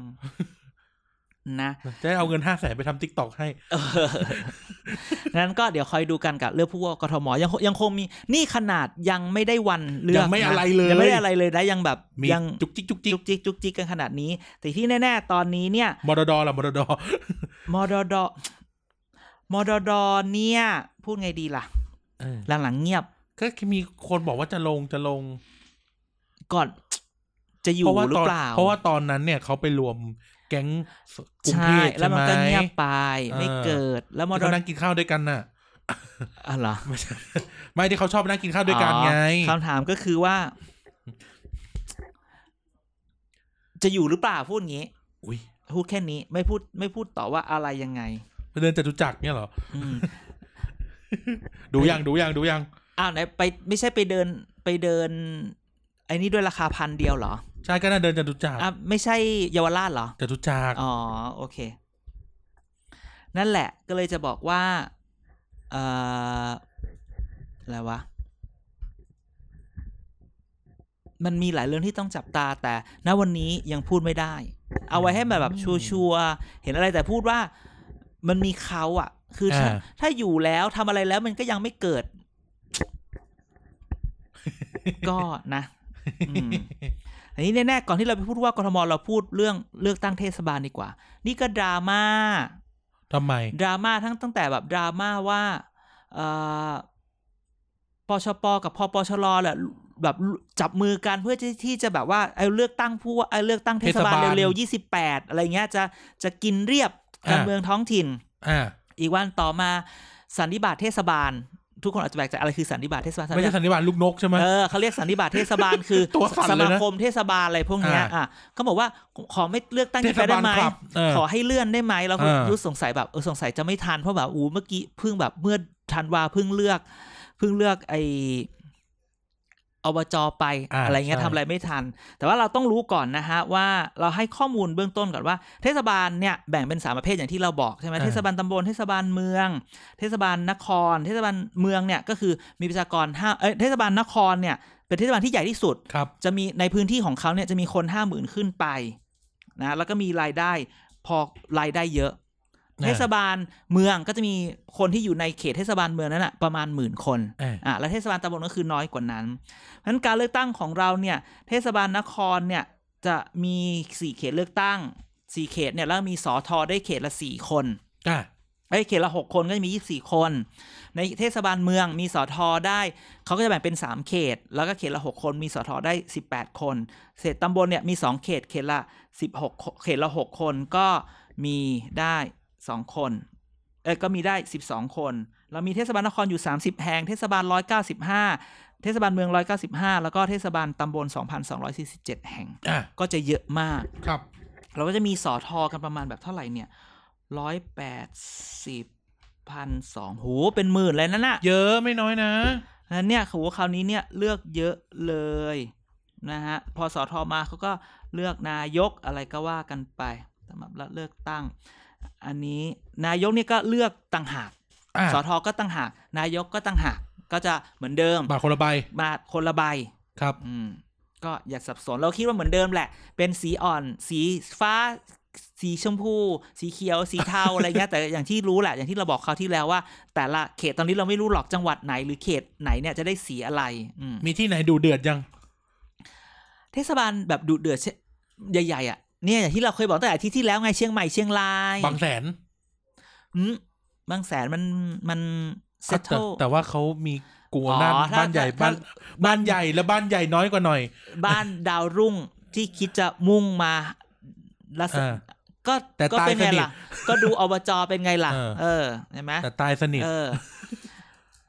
A: นะ
B: จะได้เอาเงินห้าแสนไปทำติ๊กตอกให้
A: เออ นั้นก็เดี๋ยวคอยดูกันกับเรื่องผู้ว่ากทมยังคงยังคงมีนี่ขนาดยังไม่ได้วันเลือก
B: ยังไม่
A: น
B: อะไรเลย
A: ยังไม่ได้อะไรเลยนะยังแบบ
B: มี
A: ยัง
B: จุกจิกจุกจิก
A: จุกจิกจุกจิกกันขนาดนี้ แต่ที่แน่ๆตอนนี้เนี่ย
B: มรดอล่ะมรดอ
A: มอดอดอมอดอดอเนี่ย พูดไงดีล่ะ
B: เออ
A: หลังๆเงียบ
B: ก็มีคนบอกว่าจะลงจะลง
A: ก่อน จะอยู่
B: เพราะว่า
A: หรือ
B: ตอน
A: เปล่า
B: เพราะว่าตอนนั้นเนี่ยเขาไปรวมแก๊งกรุง
A: ใช่
B: เทพ
A: แล้
B: ใช่
A: ว
B: ไห
A: มั
B: ม
A: นก็เงียบ
B: ที่
A: ไป ไม่เกิด แล้วมอดอ
B: เขานั่งกินข้าวด้วยกันน่ะ
A: อะไรอ
B: ไม่ใช่ไม่ที่เขาชอบนั่งกินข้าวด้วยกันไง
A: คำถามก็คือว่า จะอยู่หรือเปล่าพูดงี้
B: อุ้ย
A: พูดแค่นี้ ไม่พูดไม่พูดต่อว่าอะไรยังไง
B: ไปเดินจตุจักรเนี่ยเหรอ
A: อืม
B: ดูยังดูยังดูยัง
A: อ้าวไหนไปไม่ใช่ไปเดินไปเดิน ไอ้นี่ด้วยราคาพันเดียวเหรอ
B: ใช่ก็น่าเดินจตุจักร
A: อ่ะไม่ใช่เยาวราชเหรอ
B: จตุจักร
A: อ๋อ โอเค นั่นแหละก็เลยจะบอกว่าเอ่ออะไรวะ มันมีหลายเรื่องที่ต้องจับตาแต่ณวันนี้ยังพูดไม่ได้ เอาไว้ให้แบบแบบชัวร์ๆเห็นอะไรแต่พูดว่ามันมีเขาอะคืออา ถ้าถ้าอยู่แล้วทำอะไรแล้วมันก็ยังไม่เกิด ก็นะอืม อันนี้แน่ๆก่อนที่เราไปพูดว่ากทมเราพูดเรื่องเลือกตั้งเทศบาลดีกว่า นี่ก็ดราม่า
B: ทำไม
A: ดราม่าทั้งตั้งแต่แบบดราม่าว่าเอ่อปชปกับพปชรแหละแบบจับมือกันเพื่อที่ที่จะแบบว่าเอาเลือกตั้งผู้ว่าเอาเลือกตั้งเทศบาล
B: เทศบาล
A: เร็วๆยี่สิบแปดอะไรเงี้ยจะจะกินเรียบการ
B: อ่า
A: เมืองท้องถิ่น
B: อ่า
A: อีกวันต่อมาสันนิบาตเทศบาล ทุกคนอาจจะแปลกใจอะไรคือสันนิบาตเทศบาลสัน
B: ไม่
A: นิบา
B: ใช่
A: ต
B: สันนิบาตลูกนกใช่ไหม
A: เออเขาเรียกสันนิบาตเทศบาลคือ
B: ตัวสั่น
A: ส
B: เลยนะ
A: มาคมเทศบาลอะไรพวกเนี้ย
B: อ่า
A: อ่ะเขาบอกว่าขอไม่เลือกตั้ง
B: เท
A: ยี่
B: ศ
A: แปด
B: บา
A: ได้
B: ล
A: ไหม
B: ครับเออ
A: ขอให้เลื่อนได้ไหมเราก็
B: อ่ารู้
A: รู้สงสัยแบบเออสงสัยจะไม่ทันเพราะแบบอูเมื่อกี้เพิ่งแบบเมื่อธันวาเพิ่งเลือก เพิ่งเลือกไออบจไป
B: อ่า
A: อะไรเงี้ย
B: ใช่
A: ทำอะไรไม่ทัน แต่ว่าเราต้องรู้ก่อนนะฮะว่าเราให้ข้อมูลเบื้องต้นก่อนว่า เทศบาลเนี่ยแบ่งเป็นสามประเภทอย่างที่เราบอกใช่ไหม
B: อ่า
A: เทศบาลตำบลเทศบาลเมือง เทศบาลนคร เทศบาลเมืองเนี่ยก็คือมีประชากรห้าเอ้ยเทศบาลนครเนี่ยเป็นเทศบาลที่ใหญ่ที่สุด
B: ครับ
A: จะมีในพื้นที่ของเขาเนี่ยจะมีคนห้าหมื่นขึ้นไปนะแล้วก็มีรายได้พอรายได้เยอะ
B: อ่า
A: เทศบาลเมืองก็จะมีคนที่อยู่ในเขตเทศบาลเมืองนั้นอ่ะประมาณหมื่นคน
B: อ่า
A: อ่ะและเทศบาลตำบลก็คือน้อยกว่านั้นเพราะฉะนั้นการเลือกตั้งของเราเนี่ย เทศบาลนครเนี่ยจะมีสี่เขตเลือกตั้งสี่เขตเนี่ยแล้วมีสอทอได้เขตละสี่คน
B: อ่า
A: ไอ้ยเขตละหกคนก็จะมียี่สี่คน ในเทศบาลเมืองมีสอทอได้ เขาก็จะแบ่งเป็นสามเขต แล้วก็เขตละหกคน มีสอทอได้สิบแปดคนเขตตำบลเนี่ยมีสองเขตเขตละสิบหกเขตละหกคนก็มีได้สองคน เออก็มีได้ 12 คน เรามีเทศบาลนครอยู่ 30 แห่ง เทศบาล 195 เทศบาลเมือง 195 แล้วก็เทศบาลตำบล 2,247 แห่ง
B: อ่า
A: ก็จะเยอะมาก
B: ครับ
A: เราก็จะมีสอทอกันประมาณแบบเท่าไหร่เนี่ยร้อยแปดสิบพันสองโหเป็นหมื่นเลยนั่นน่ะ
B: เยอะไม่น้อยนะ
A: นั้นเนี่ยโหคราวนี้เนี่ยเลือกเยอะเลยนะฮะ พอสอทอมาเขาก็เลือกนายกอะไรก็ว่ากันไปสำหรับเลือกตั้ง อันนี้นายกเนี่ยก็เลือกต่างหาก
B: อ่า
A: สอทอก็ตั้งหากนายกก็ตั้งหากก็จะเหมือนเดิม
B: บาทคนละใบ
A: มาคนละใบ
B: ครับ
A: อืม ก็อย่าสับสนเราคิดว่าเหมือนเดิมแหละ เป็นสีอ่อน สีฟ้า สีชมพู สีเขียว สีเทา อะไรเงี้ยแต่อย่างที่รู้แหละ อย่างที่เราบอกคราวที่แล้วว่า แต่ละเขตตอนนี้เราไม่รู้หรอกจังหวัดไหน หรือเขตไหนเนี่ยจะได้สีอะไร อืม
B: มีที่ไหนดูเดือดยัง
A: เทศบาลแบบดุเดือดเช่ใหญ่ๆอ่ะเนี่ยอย่างที่เราเคยบอกตั้งแต่อาทิตย์ที่แล้วไงเชียงใหม่เชียงราย
B: บางแสน
A: อืมบางแสนมันมันเซ
B: แต่
A: ตเทิล
B: แต่ว่าเขามีกลัว
A: อ๋อ
B: บ้าน
A: ถ้า
B: บ้านใหญ่
A: ถ้า
B: บ้านบ้านใหญ่และบ้านใหญ่น้อยกว่าหน่อย
A: บ้านดาวรุ่งที่คิดจะมุ่งมาลักษ
B: อ่า
A: ก็
B: แต่
A: ก็
B: ตาย
A: เป็นไง
B: สนิท
A: ล่ะ ก็ดูอบจเป็นไงล่ะ
B: เออ
A: เออเห็นไหม
B: แต่ตายสนิท
A: เออ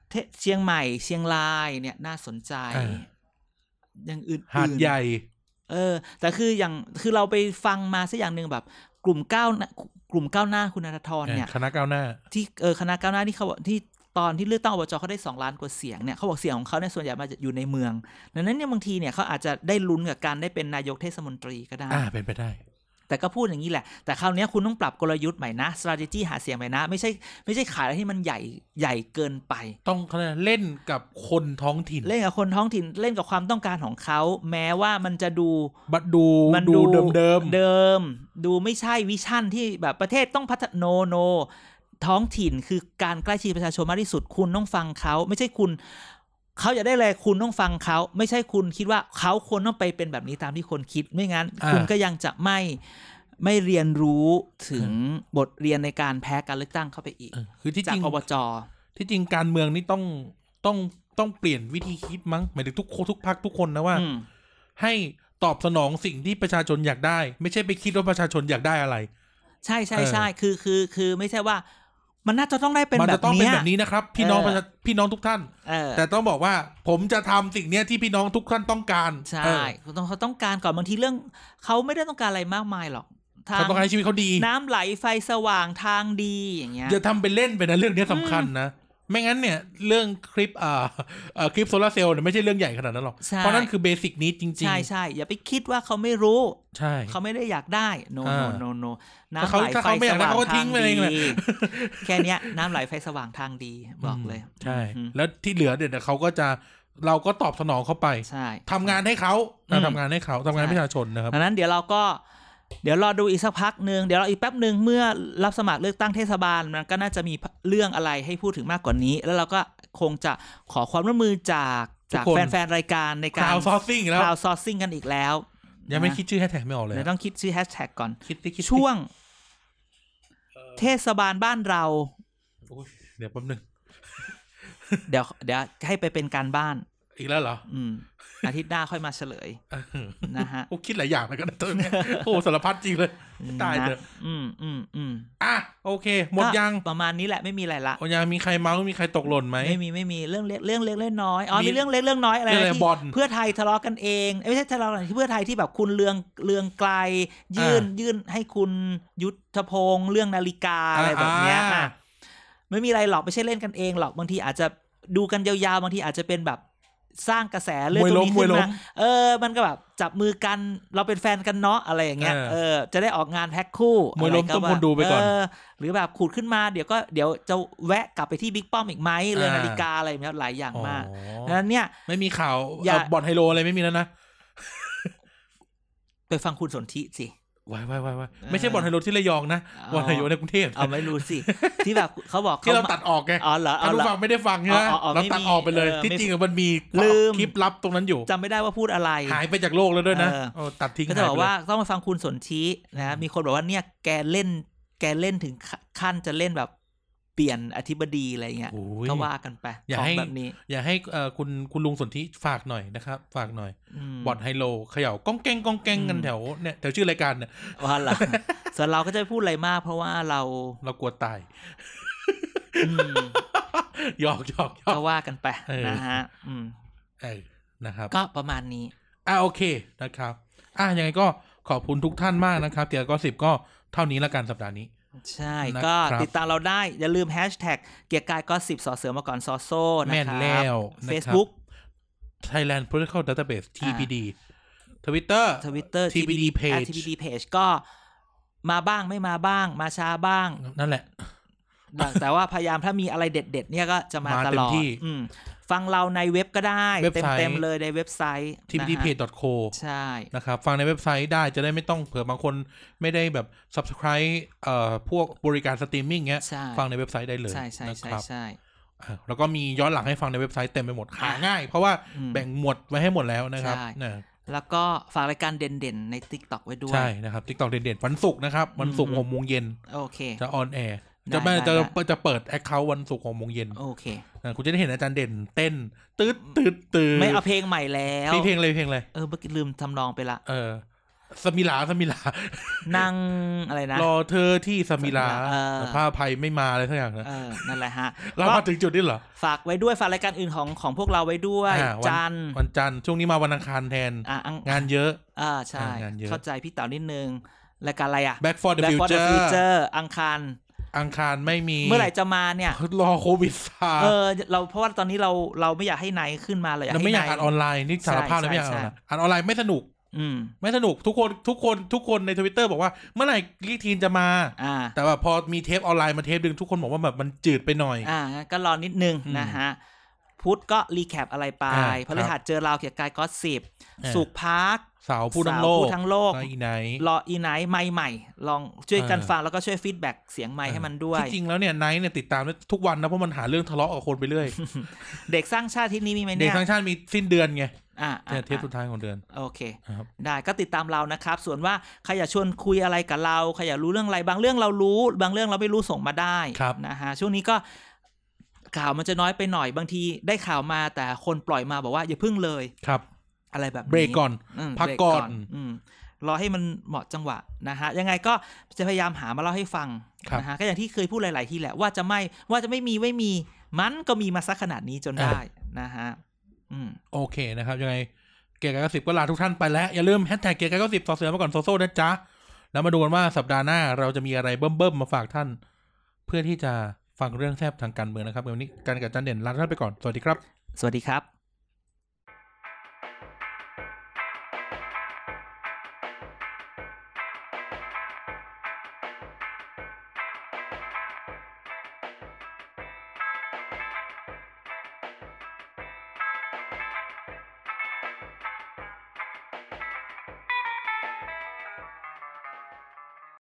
A: เทเชียงใหม่เชียงรายเนี่ยน่าสนใจ
B: เออ
A: อย่างอื่นๆ
B: หาดใหญ่
A: เออ แต่คืออย่างคือเราไปฟังมาสักอย่างหนึ่งแบบ กลุ่มก้าวหน้ากลุ่มก้าวหน้าคุณธรทรเนี่ย
B: คณะก้าวหน้า
A: ที่เออคณะก้าวหน้าที่เขาบอกที่ตอนที่เลือกตั้งอบจเขาได้สองล้านกว่าเสียงเนี่ยเขาบอกเสียงของเขาเนี่ยส่วนใหญ่มาจากอยู่ในเมืองดังนั้นเนี่ยบางทีเนี่ยเขาอาจจะได้ลุ้นกับการได้เป็นนายกเทศมนตรีก็ได้
B: อ่า เป็นไปได้
A: แต่ก็พูดอย่างนี้แหละ แต่คราวเนี้ยคุณต้องปรับกลยุทธ์ใหม่นะ strategy หาเสียงใหม่นะ ไม่ใช่ไม่ใช่ขายอะไรที่มันใหญ่ใหญ่เกินไป
B: ต้องเขาเรียกเล่นกับคนท้องถิ่น
A: เล่นกับคนท้องถิ่นเล่นกับความต้องการของเขาแม้ว่ามันจะดู
B: บัดดู
A: มัน
B: ดูเดิมเดิมๆ
A: เดิม ดูไม่ใช่วิชั่นที่แบบประเทศต้องพัฒโนโน ท้องถิ่นคือการใกล้ชิดประชาชนมากที่สุด คุณต้องฟังเขาไม่ใช่คุณเขาอยากได้อะไรคุณต้องฟังเขาไม่ใช่คุณคิดว่าเขาควรต้องไปเป็นแบบนี้ตามที่คนคิดไม่งั้น
B: อ่า
A: คุณก็ยังจะไม่ไม่เรียนรู้ถึงบทเรียนในการแพ้การเลือกตั้งเข้าไปอีก
B: เออคือที่
A: จา
B: จ
A: ก
B: ริง
A: อบจ
B: ที่จริงการเมืองนี่ต้องต้องต้องเปลี่ยนวิธีคิดมั้งหมายถึงทุกคนทุกพักทุกคนนะว่า
A: อืม
B: ให้ตอบสนองสิ่งที่ประชาชนอยากได้ ไม่ใช่ไปคิดว่าประชาชนอยากได้อะไร
A: ใช่ใช่
B: เออ
A: ใช่คือคือคือไม่ใช่ว่า มันน่าจะต้องได้เป็น
B: มั
A: แบ
B: จะ
A: บ
B: ต้องเป็
A: เนี้
B: น
A: ย
B: แบบนี้นะครับ พี่น้อง
A: เออ
B: ประชาพี่น้องทุกท่าน
A: เออ
B: แต่ต้องบอกว่าผมจะทำสิ่งเนี้ยที่พี่น้องทุกท่านต้องการ
A: ใช่
B: เออ
A: เขาต้องเขาต้องการก่อนบางทีเรื่องเขาไม่ได้ต้องการอะไรมากมายหรอกทาง
B: เขาต้องการให้ชีวิตเขาดี
A: น้ำไหลไฟสว่างทางดีอย่างเงี้ย
B: อย่าทำเป็นเล่นไปนะเรื่องเนี้ยสำคัญนะ ไม่งั้นเนี่ย เรื่องคลิปอ่าเอ่อคลิปโซลาร์เซลล์เนี่ยไม่ใช่เรื่องใหญ่ขนาดนั้นหรอก
A: ใช่
B: เพราะนั่นคือเบสิกนี้จริง
A: ใช่ใช่อย่าไปคิดว่าเขาไม่รู้
B: ๆ ใช่
A: เขาไม่ได้อยากได้โน
B: อ่า
A: โนโนโนน้ำ
B: ถ้าเขา
A: ไหลไฟ
B: ถ้าเขาไม่อ
A: ส
B: ยากได้
A: ว่าง
B: เขาก็ทิ้
A: ทาง ง
B: ไปเลย
A: ดี
B: ไง
A: แค่เนี้ยน้ำไหลไฟสว่างทางดีบอกเลย
B: ใช่
A: อืม
B: แล้วที่เหลือเดี๋ยวเขาก็จะเราก็ตอบสนองเขาไป
A: ใช่
B: ทำงานให้เขา
A: อืม
B: ทำงานให้เขาทำงานให้ประชาชนนะครับ
A: ดังนั้นเดี๋ยวเราก็เดี๋ยวรอดูอีกสักพักหนึ่งเดี๋ยวรออีกแป๊บหนึ่งเมื่อรับสมัครเลือกตั้งเทศบาลมันก็น่าจะมีเรื่องอะไรให้พูดถึงมากกว่านี้ แล้วเราก็คงจะขอความร่วมมือจาก
B: ทุก
A: จาก
B: คน
A: แฟน ๆ รายการใน
B: ค
A: การ
B: ลาวซอร์ซิ่งแล้ว
A: คลาวซอร์ซิ่งกันอีกแล้ว
B: ยังไม่
A: นะ
B: คิดชื่อแฮชแท็กไม่ออกเลย
A: เดี๋ยวต้องคิดชื่อแฮชแท็กก่อน
B: คิดที่คิดสิ
A: ช่วงเทศบาลบ้านเรา
B: โอ้ยเดี๋ยวแป๊บนึง
A: เดี๋ยวเดี๋ยวให้ไปเป็นการบ้าน
B: อีกแล้วเหรอ
A: อืม อาทิตย์หน้าค่อยมาเฉลย
B: เออ
A: นะฮะ
B: โอ้คิดหลายอย่างเลยกันนะตอนเนี้ยโอ้สารพัดจริงเลย ตายเถอะ
A: นะอืมอืมอืม
B: อ่ะโอเค หมดยัง
A: ก็ประมาณนี้แหละไม่มีอะไรละ
B: หมดยังมีใครเมาส์มีใครตกหล่นไหม
A: ไม่มีไม่มีเรื่องเล็กเรื่องเล็กเรื่องน้อยอ๋อ
B: มี
A: มีเรื่องเล็กเรื่องน้อยอะไร
B: เรื่องอะไร
A: ที่
B: บอล
A: เพื่อไทยทะเลาะกันเองเอ้ยไม่ใช่ทะเลาะกันที่เพื่อไทยที่แบบคุณเรืองเรืองไกล ยื่นยื่นให้คุณยุทธพงศ์เรื่องนาฬิกาอะไรแบบเนี้ย
B: อ่า
A: อ่ะไม่มีอะไรหรอกไม่ใช่เล่นกันเองหรอกบางทีอาจจะดูกันยาวๆบางทีอาจจะเป็นแบบสร้างกระแสเรื่อง
B: มวย
A: ตร
B: ล้
A: ง
B: ม
A: นี้
B: มว
A: ขึ้
B: ย
A: น
B: ล้
A: มาม เออ มันก็แบบจับมือกันเราเป็นแฟนกันเนาะอะไรอย่างเงี้ย
B: เออ
A: เออจะได้ออกงานแพ็คคู่
B: มวยล้ม
A: อะไรก็
B: ต้อง
A: ว่า
B: คนดูไปก่อน
A: เหรือแบบขูดขึ้นมาเดี๋ยวก็เดี๋ยวจะแวะกลับไปที่บิ๊กป้อมอีกไหมเรื่องนาฬิกาอะไรแบบเนี้ยหลายอย่างมาก
B: อ๋
A: ดัง
B: อ
A: นั้นเนี่ย
B: ไม่มีข่าวเอ่ออย่
A: า
B: บ่อนไฮโลอะไรไม่มีแล้วนะ
A: ไปฟังคุณสนธิ สิ
B: ไว้ไว้ไว้ไว้
A: เออ
B: ไม่ใช่บ่อนไฮโลที่ระยองนะ
A: อ๋อ
B: บ่อนไฮโลในกรุงเทพ
A: เอาไม่รู้สิ ที่แบบเขาบอก
B: ที่เรา
A: ขม
B: ตัดออกไง
A: อ๋อเหรอ
B: ถ้า
A: เอา
B: ผู้
A: เหร
B: ฟั
A: อ
B: งไม่ได้ฟังใช่ไหม
A: อ๋ออ๋อ
B: เราตัด
A: ไม่มี
B: ออกไปเลย
A: เออ
B: ที่จริงอะมันมี
A: ลืม
B: คลิปลับตรงนั้นอยู่
A: จำไม่ได้ว่าพูดอะไร
B: หายไปจากโลกแล้วด้วยนะ
A: เออ
B: เออตัดทิ้ง
A: ก็จะบ
B: หยไป
A: อก
B: เลย
A: ว่าต้องไปฟังคุณสนธินะมีคนบอกว่าเนี่ยแกเล่น แกเล่นถึงขั้นจะเล่นแบบเปลี่ยนอธิบดีอะไรเงี้ย
B: โอ้ย
A: ก็ว่ากันไป
B: อย่า
A: ของ
B: ให้
A: แบบนี้
B: อย่าให้เอ่อคุณคุณลุงสนธิฝากหน่อยนะครับ ฝากหน่อย
A: ม
B: บอดไฮโลเขย่ากองแกงกองแกงกัน
A: อืม
B: แถวเนี่ยแถวชื่อรายการเนี่ย
A: ว่าเหรอ ส่วนเราก็จะไม่พูดอะไรมาก เพราะว่าเรา
B: เรากลัวตาย
A: อืม
B: หยอกหยอกหยอก
A: ก็ว่ากันไป
B: เออ
A: นะฮะ อืม
B: เออนะครับ
A: ก็ประมาณนี้
B: อ่ะโอเคนะครับ อ่ะยังไงก็ขอบคุณทุกท่านมากนะครับเกียร์ก็สิบก็เท่านี้ละกันสัปดาห์นี้
A: ใช่
B: นะครับ
A: ก็ติดตามเราได้ อย่าลืมแฮชแท็กเกียร์กายก็สิบสอเสือมาก่อนซอโซ่นะ
B: แม่น
A: ครั
B: แล้ว
A: บ
B: นะครับ
A: Facebook
B: Thailand Protocol Database TPD Twitter
A: Twitter
B: TPD Page
A: TPD Page ก็มาบ้างไม่มาบ้าง มาช้าบ้าง
B: นั่นแหละ
A: แต่ว่าพยายามถ้ามีอะไรเด็ด ๆ เนี่ยก็จะมา
B: มา
A: ต
B: เต็ม
A: ลอด
B: ที่
A: อืมฟังเราในเว็บก็ได้
B: เว็บไซต์
A: เต็มๆเลยในเว็บไซต์นะฮะ
B: tpdpage.co
A: ใช่
B: นะครับฟังในเว็บไซต์ได้จะได้ไม่ต้องเผื่อบางคนไม่ได้แบบ subscribe เอ่อพวกบริการสตรีมมิ่งเงี้ย
A: ใช่
B: ฟังในเว็บไซต์ได้เลย
A: ใช่ใช่ใช่
B: นะครับ
A: ใช่
B: อ่ะแล้วก็มีย้อนหลังให้ฟังในเว็บไซต์เต็มไปหมดหาง่าย เพราะว่า
A: อืม
B: แบ่งหมวดไว้ให้หมดแล้วนะครับ
A: ใช่
B: นะ
A: แล้วก็ฝากรายการเด่นๆใน TikTok ไว้ด้วย
B: ใช่นะครับ TikTok เด่นๆวันศุกร์นะครับ วันศุกร์
A: อืม
B: หกโมงเย็น
A: โอเค
B: จะออนแอร์
A: ได้
B: จะไม่
A: ได้
B: จะ
A: ได้
B: จะเปิดแอคเคาท์วันศุกร์หกโมงเย็น
A: โอเค
B: นะคุณจะได้เห็นอาจารย์เด่นเต้นตืดตืดตืด
A: ไม่เอาเพลงใหม่แล้ว
B: มีเพลงอะไรเพลงอะไร
A: เออเมื่อกี้ลืมทำนองไปละ
B: เออ สมิลาสมิลา
A: นั่งอะไรนะ
B: รอเธอที่สมิลา
A: เออ
B: แต่ผ้าภัยไม่มาอะไรสักอย่างนะ
A: เออนั่นแหละฮะ
B: เรามาถึงจุดนี้เหรอ
A: ฝากไว้ด้วยฝากรายการอื่นของของพวกเราไว้ด้วย
B: อ่าวัน
A: จันทร์
B: วันจันทร์ช่วงนี้มาวันอังคารแทน
A: อ่ะอัง
B: งานเยอะ
A: อ่าใช่
B: อ่างานเยอะ
A: เข้าใจพี่เต๋านิดนึงรายการอะไรอ่ะ
B: Back for the
A: Back for the
B: Future
A: Future อังคาร
B: อังคารไม่มี
A: เมื่อไหร่จะมาเนี่ย
B: รอโควิดซา
A: เออเราเพราะว่าตอนนี้เราเราไม่อยากให้ไนายขึ้นมาเลยอยาก
B: เรา
A: ให้
B: ไม่อยาก
A: ไน
B: อ่านออนไลน์นี่สารภาพเลย
A: ใช่
B: ไม่อยาก
A: ใช่
B: อ่านออนไลน์อ่านออนไลน์ไม่สนุก
A: อืม
B: ไม่สนุกทุกคนทุกคนทุกคนในทวิตเตอร์บอกว่าเมื่อไหร่ลีกทีนจะมา
A: อ่า
B: แต่แบบพอมีเทปออนไลน์มาเทปดึงทุกคนบอกว่าแบบมันจืดไปหน่อย
A: อ่างั้นก็รอนิดนึง
B: อืม
A: นะฮะ พุธก็รีแคปอะไรไป
B: อ่า
A: พฤหัสเจอเราเกียรติกายก็สิบ
B: อ่า
A: สุกร์พัก
B: สาวผู้ทั้งโล
A: สาว
B: ก
A: ผู้ทั้งโลก
B: ไอีไนท์
A: รออีไนท์ใหม่ใหม่ๆลองช่วยกัน
B: เออ
A: ฟังแล้วก็ช่วยฟีดแบ็กเสียงใหม่ให้มันด้วย
B: ที่จริงแล้วเนี่ยไนท์เนี่ยติดตามได้ทุกวันนะเพราะมันหาเรื่องทะเลาะกับคนไปเรื่อย
A: เด็กสร้างชาติที่นี่ มีไหม
B: เด็
A: เนี่
B: ก
A: ย
B: ทั้งชาติมีสิ้นเดือนไง
A: อ่าอ่า
B: เนี่ยเทปสุดท้ายของเดือน
A: โอเค
B: นะครับ
A: ได้ก็ติดตามเรานะครับ ส่วนว่าใครอยากชวนคุยอะไรกับเราใครอยากรู้เรื่องอะไร บางเรื่องเรารู้ บางเรื่องเราไม่รู้ส่งมาได้
B: ครับ
A: นะฮะช่วงนี้ก็ข่าวมันจะน้อยไปหน่อยบางทีได้ข่าวมาแต่คนปล่อยมาบอกว่าอย่าพึ่งเลย
B: ครับ
A: อะไรแบบนี้
B: เบรกก่อน
A: ม
B: พัก
A: เบร
B: ก่อน
A: อืมรอให้มันเหมาะจังหวะนะฮะยังไงก็จะพยายามหามาเล่าให้ฟัง
B: ครับ
A: นะฮะก็อย่างที่เคยพูดหลาย ๆ ทีแหละว่าจะไม่ว่าจะไม่มีไม่มีมันก็มีมาสักขนาดนี้จนได้นะฮะอืม
B: โอเคนะครับ ยังไงเกียร์กายเก้าสิบก็ลาทุกท่านไปแล้ว อย่าลืมแฮชแท็กเกียร์กายเก้าสิบสอเสือมาก่อนโซโซนะจ๊ะ แล้วมาดูกันว่าสัปดาห์หน้าเราจะมีอะไรเบิ่มๆมาฝากท่าน เพื่อที่จะฟังเรื่องแทบทางการเมืองนะครับวันนี้การกับจันเด่นลาทุกท่านไปก่อนสวัสดีครับ
A: สวัสดีครับ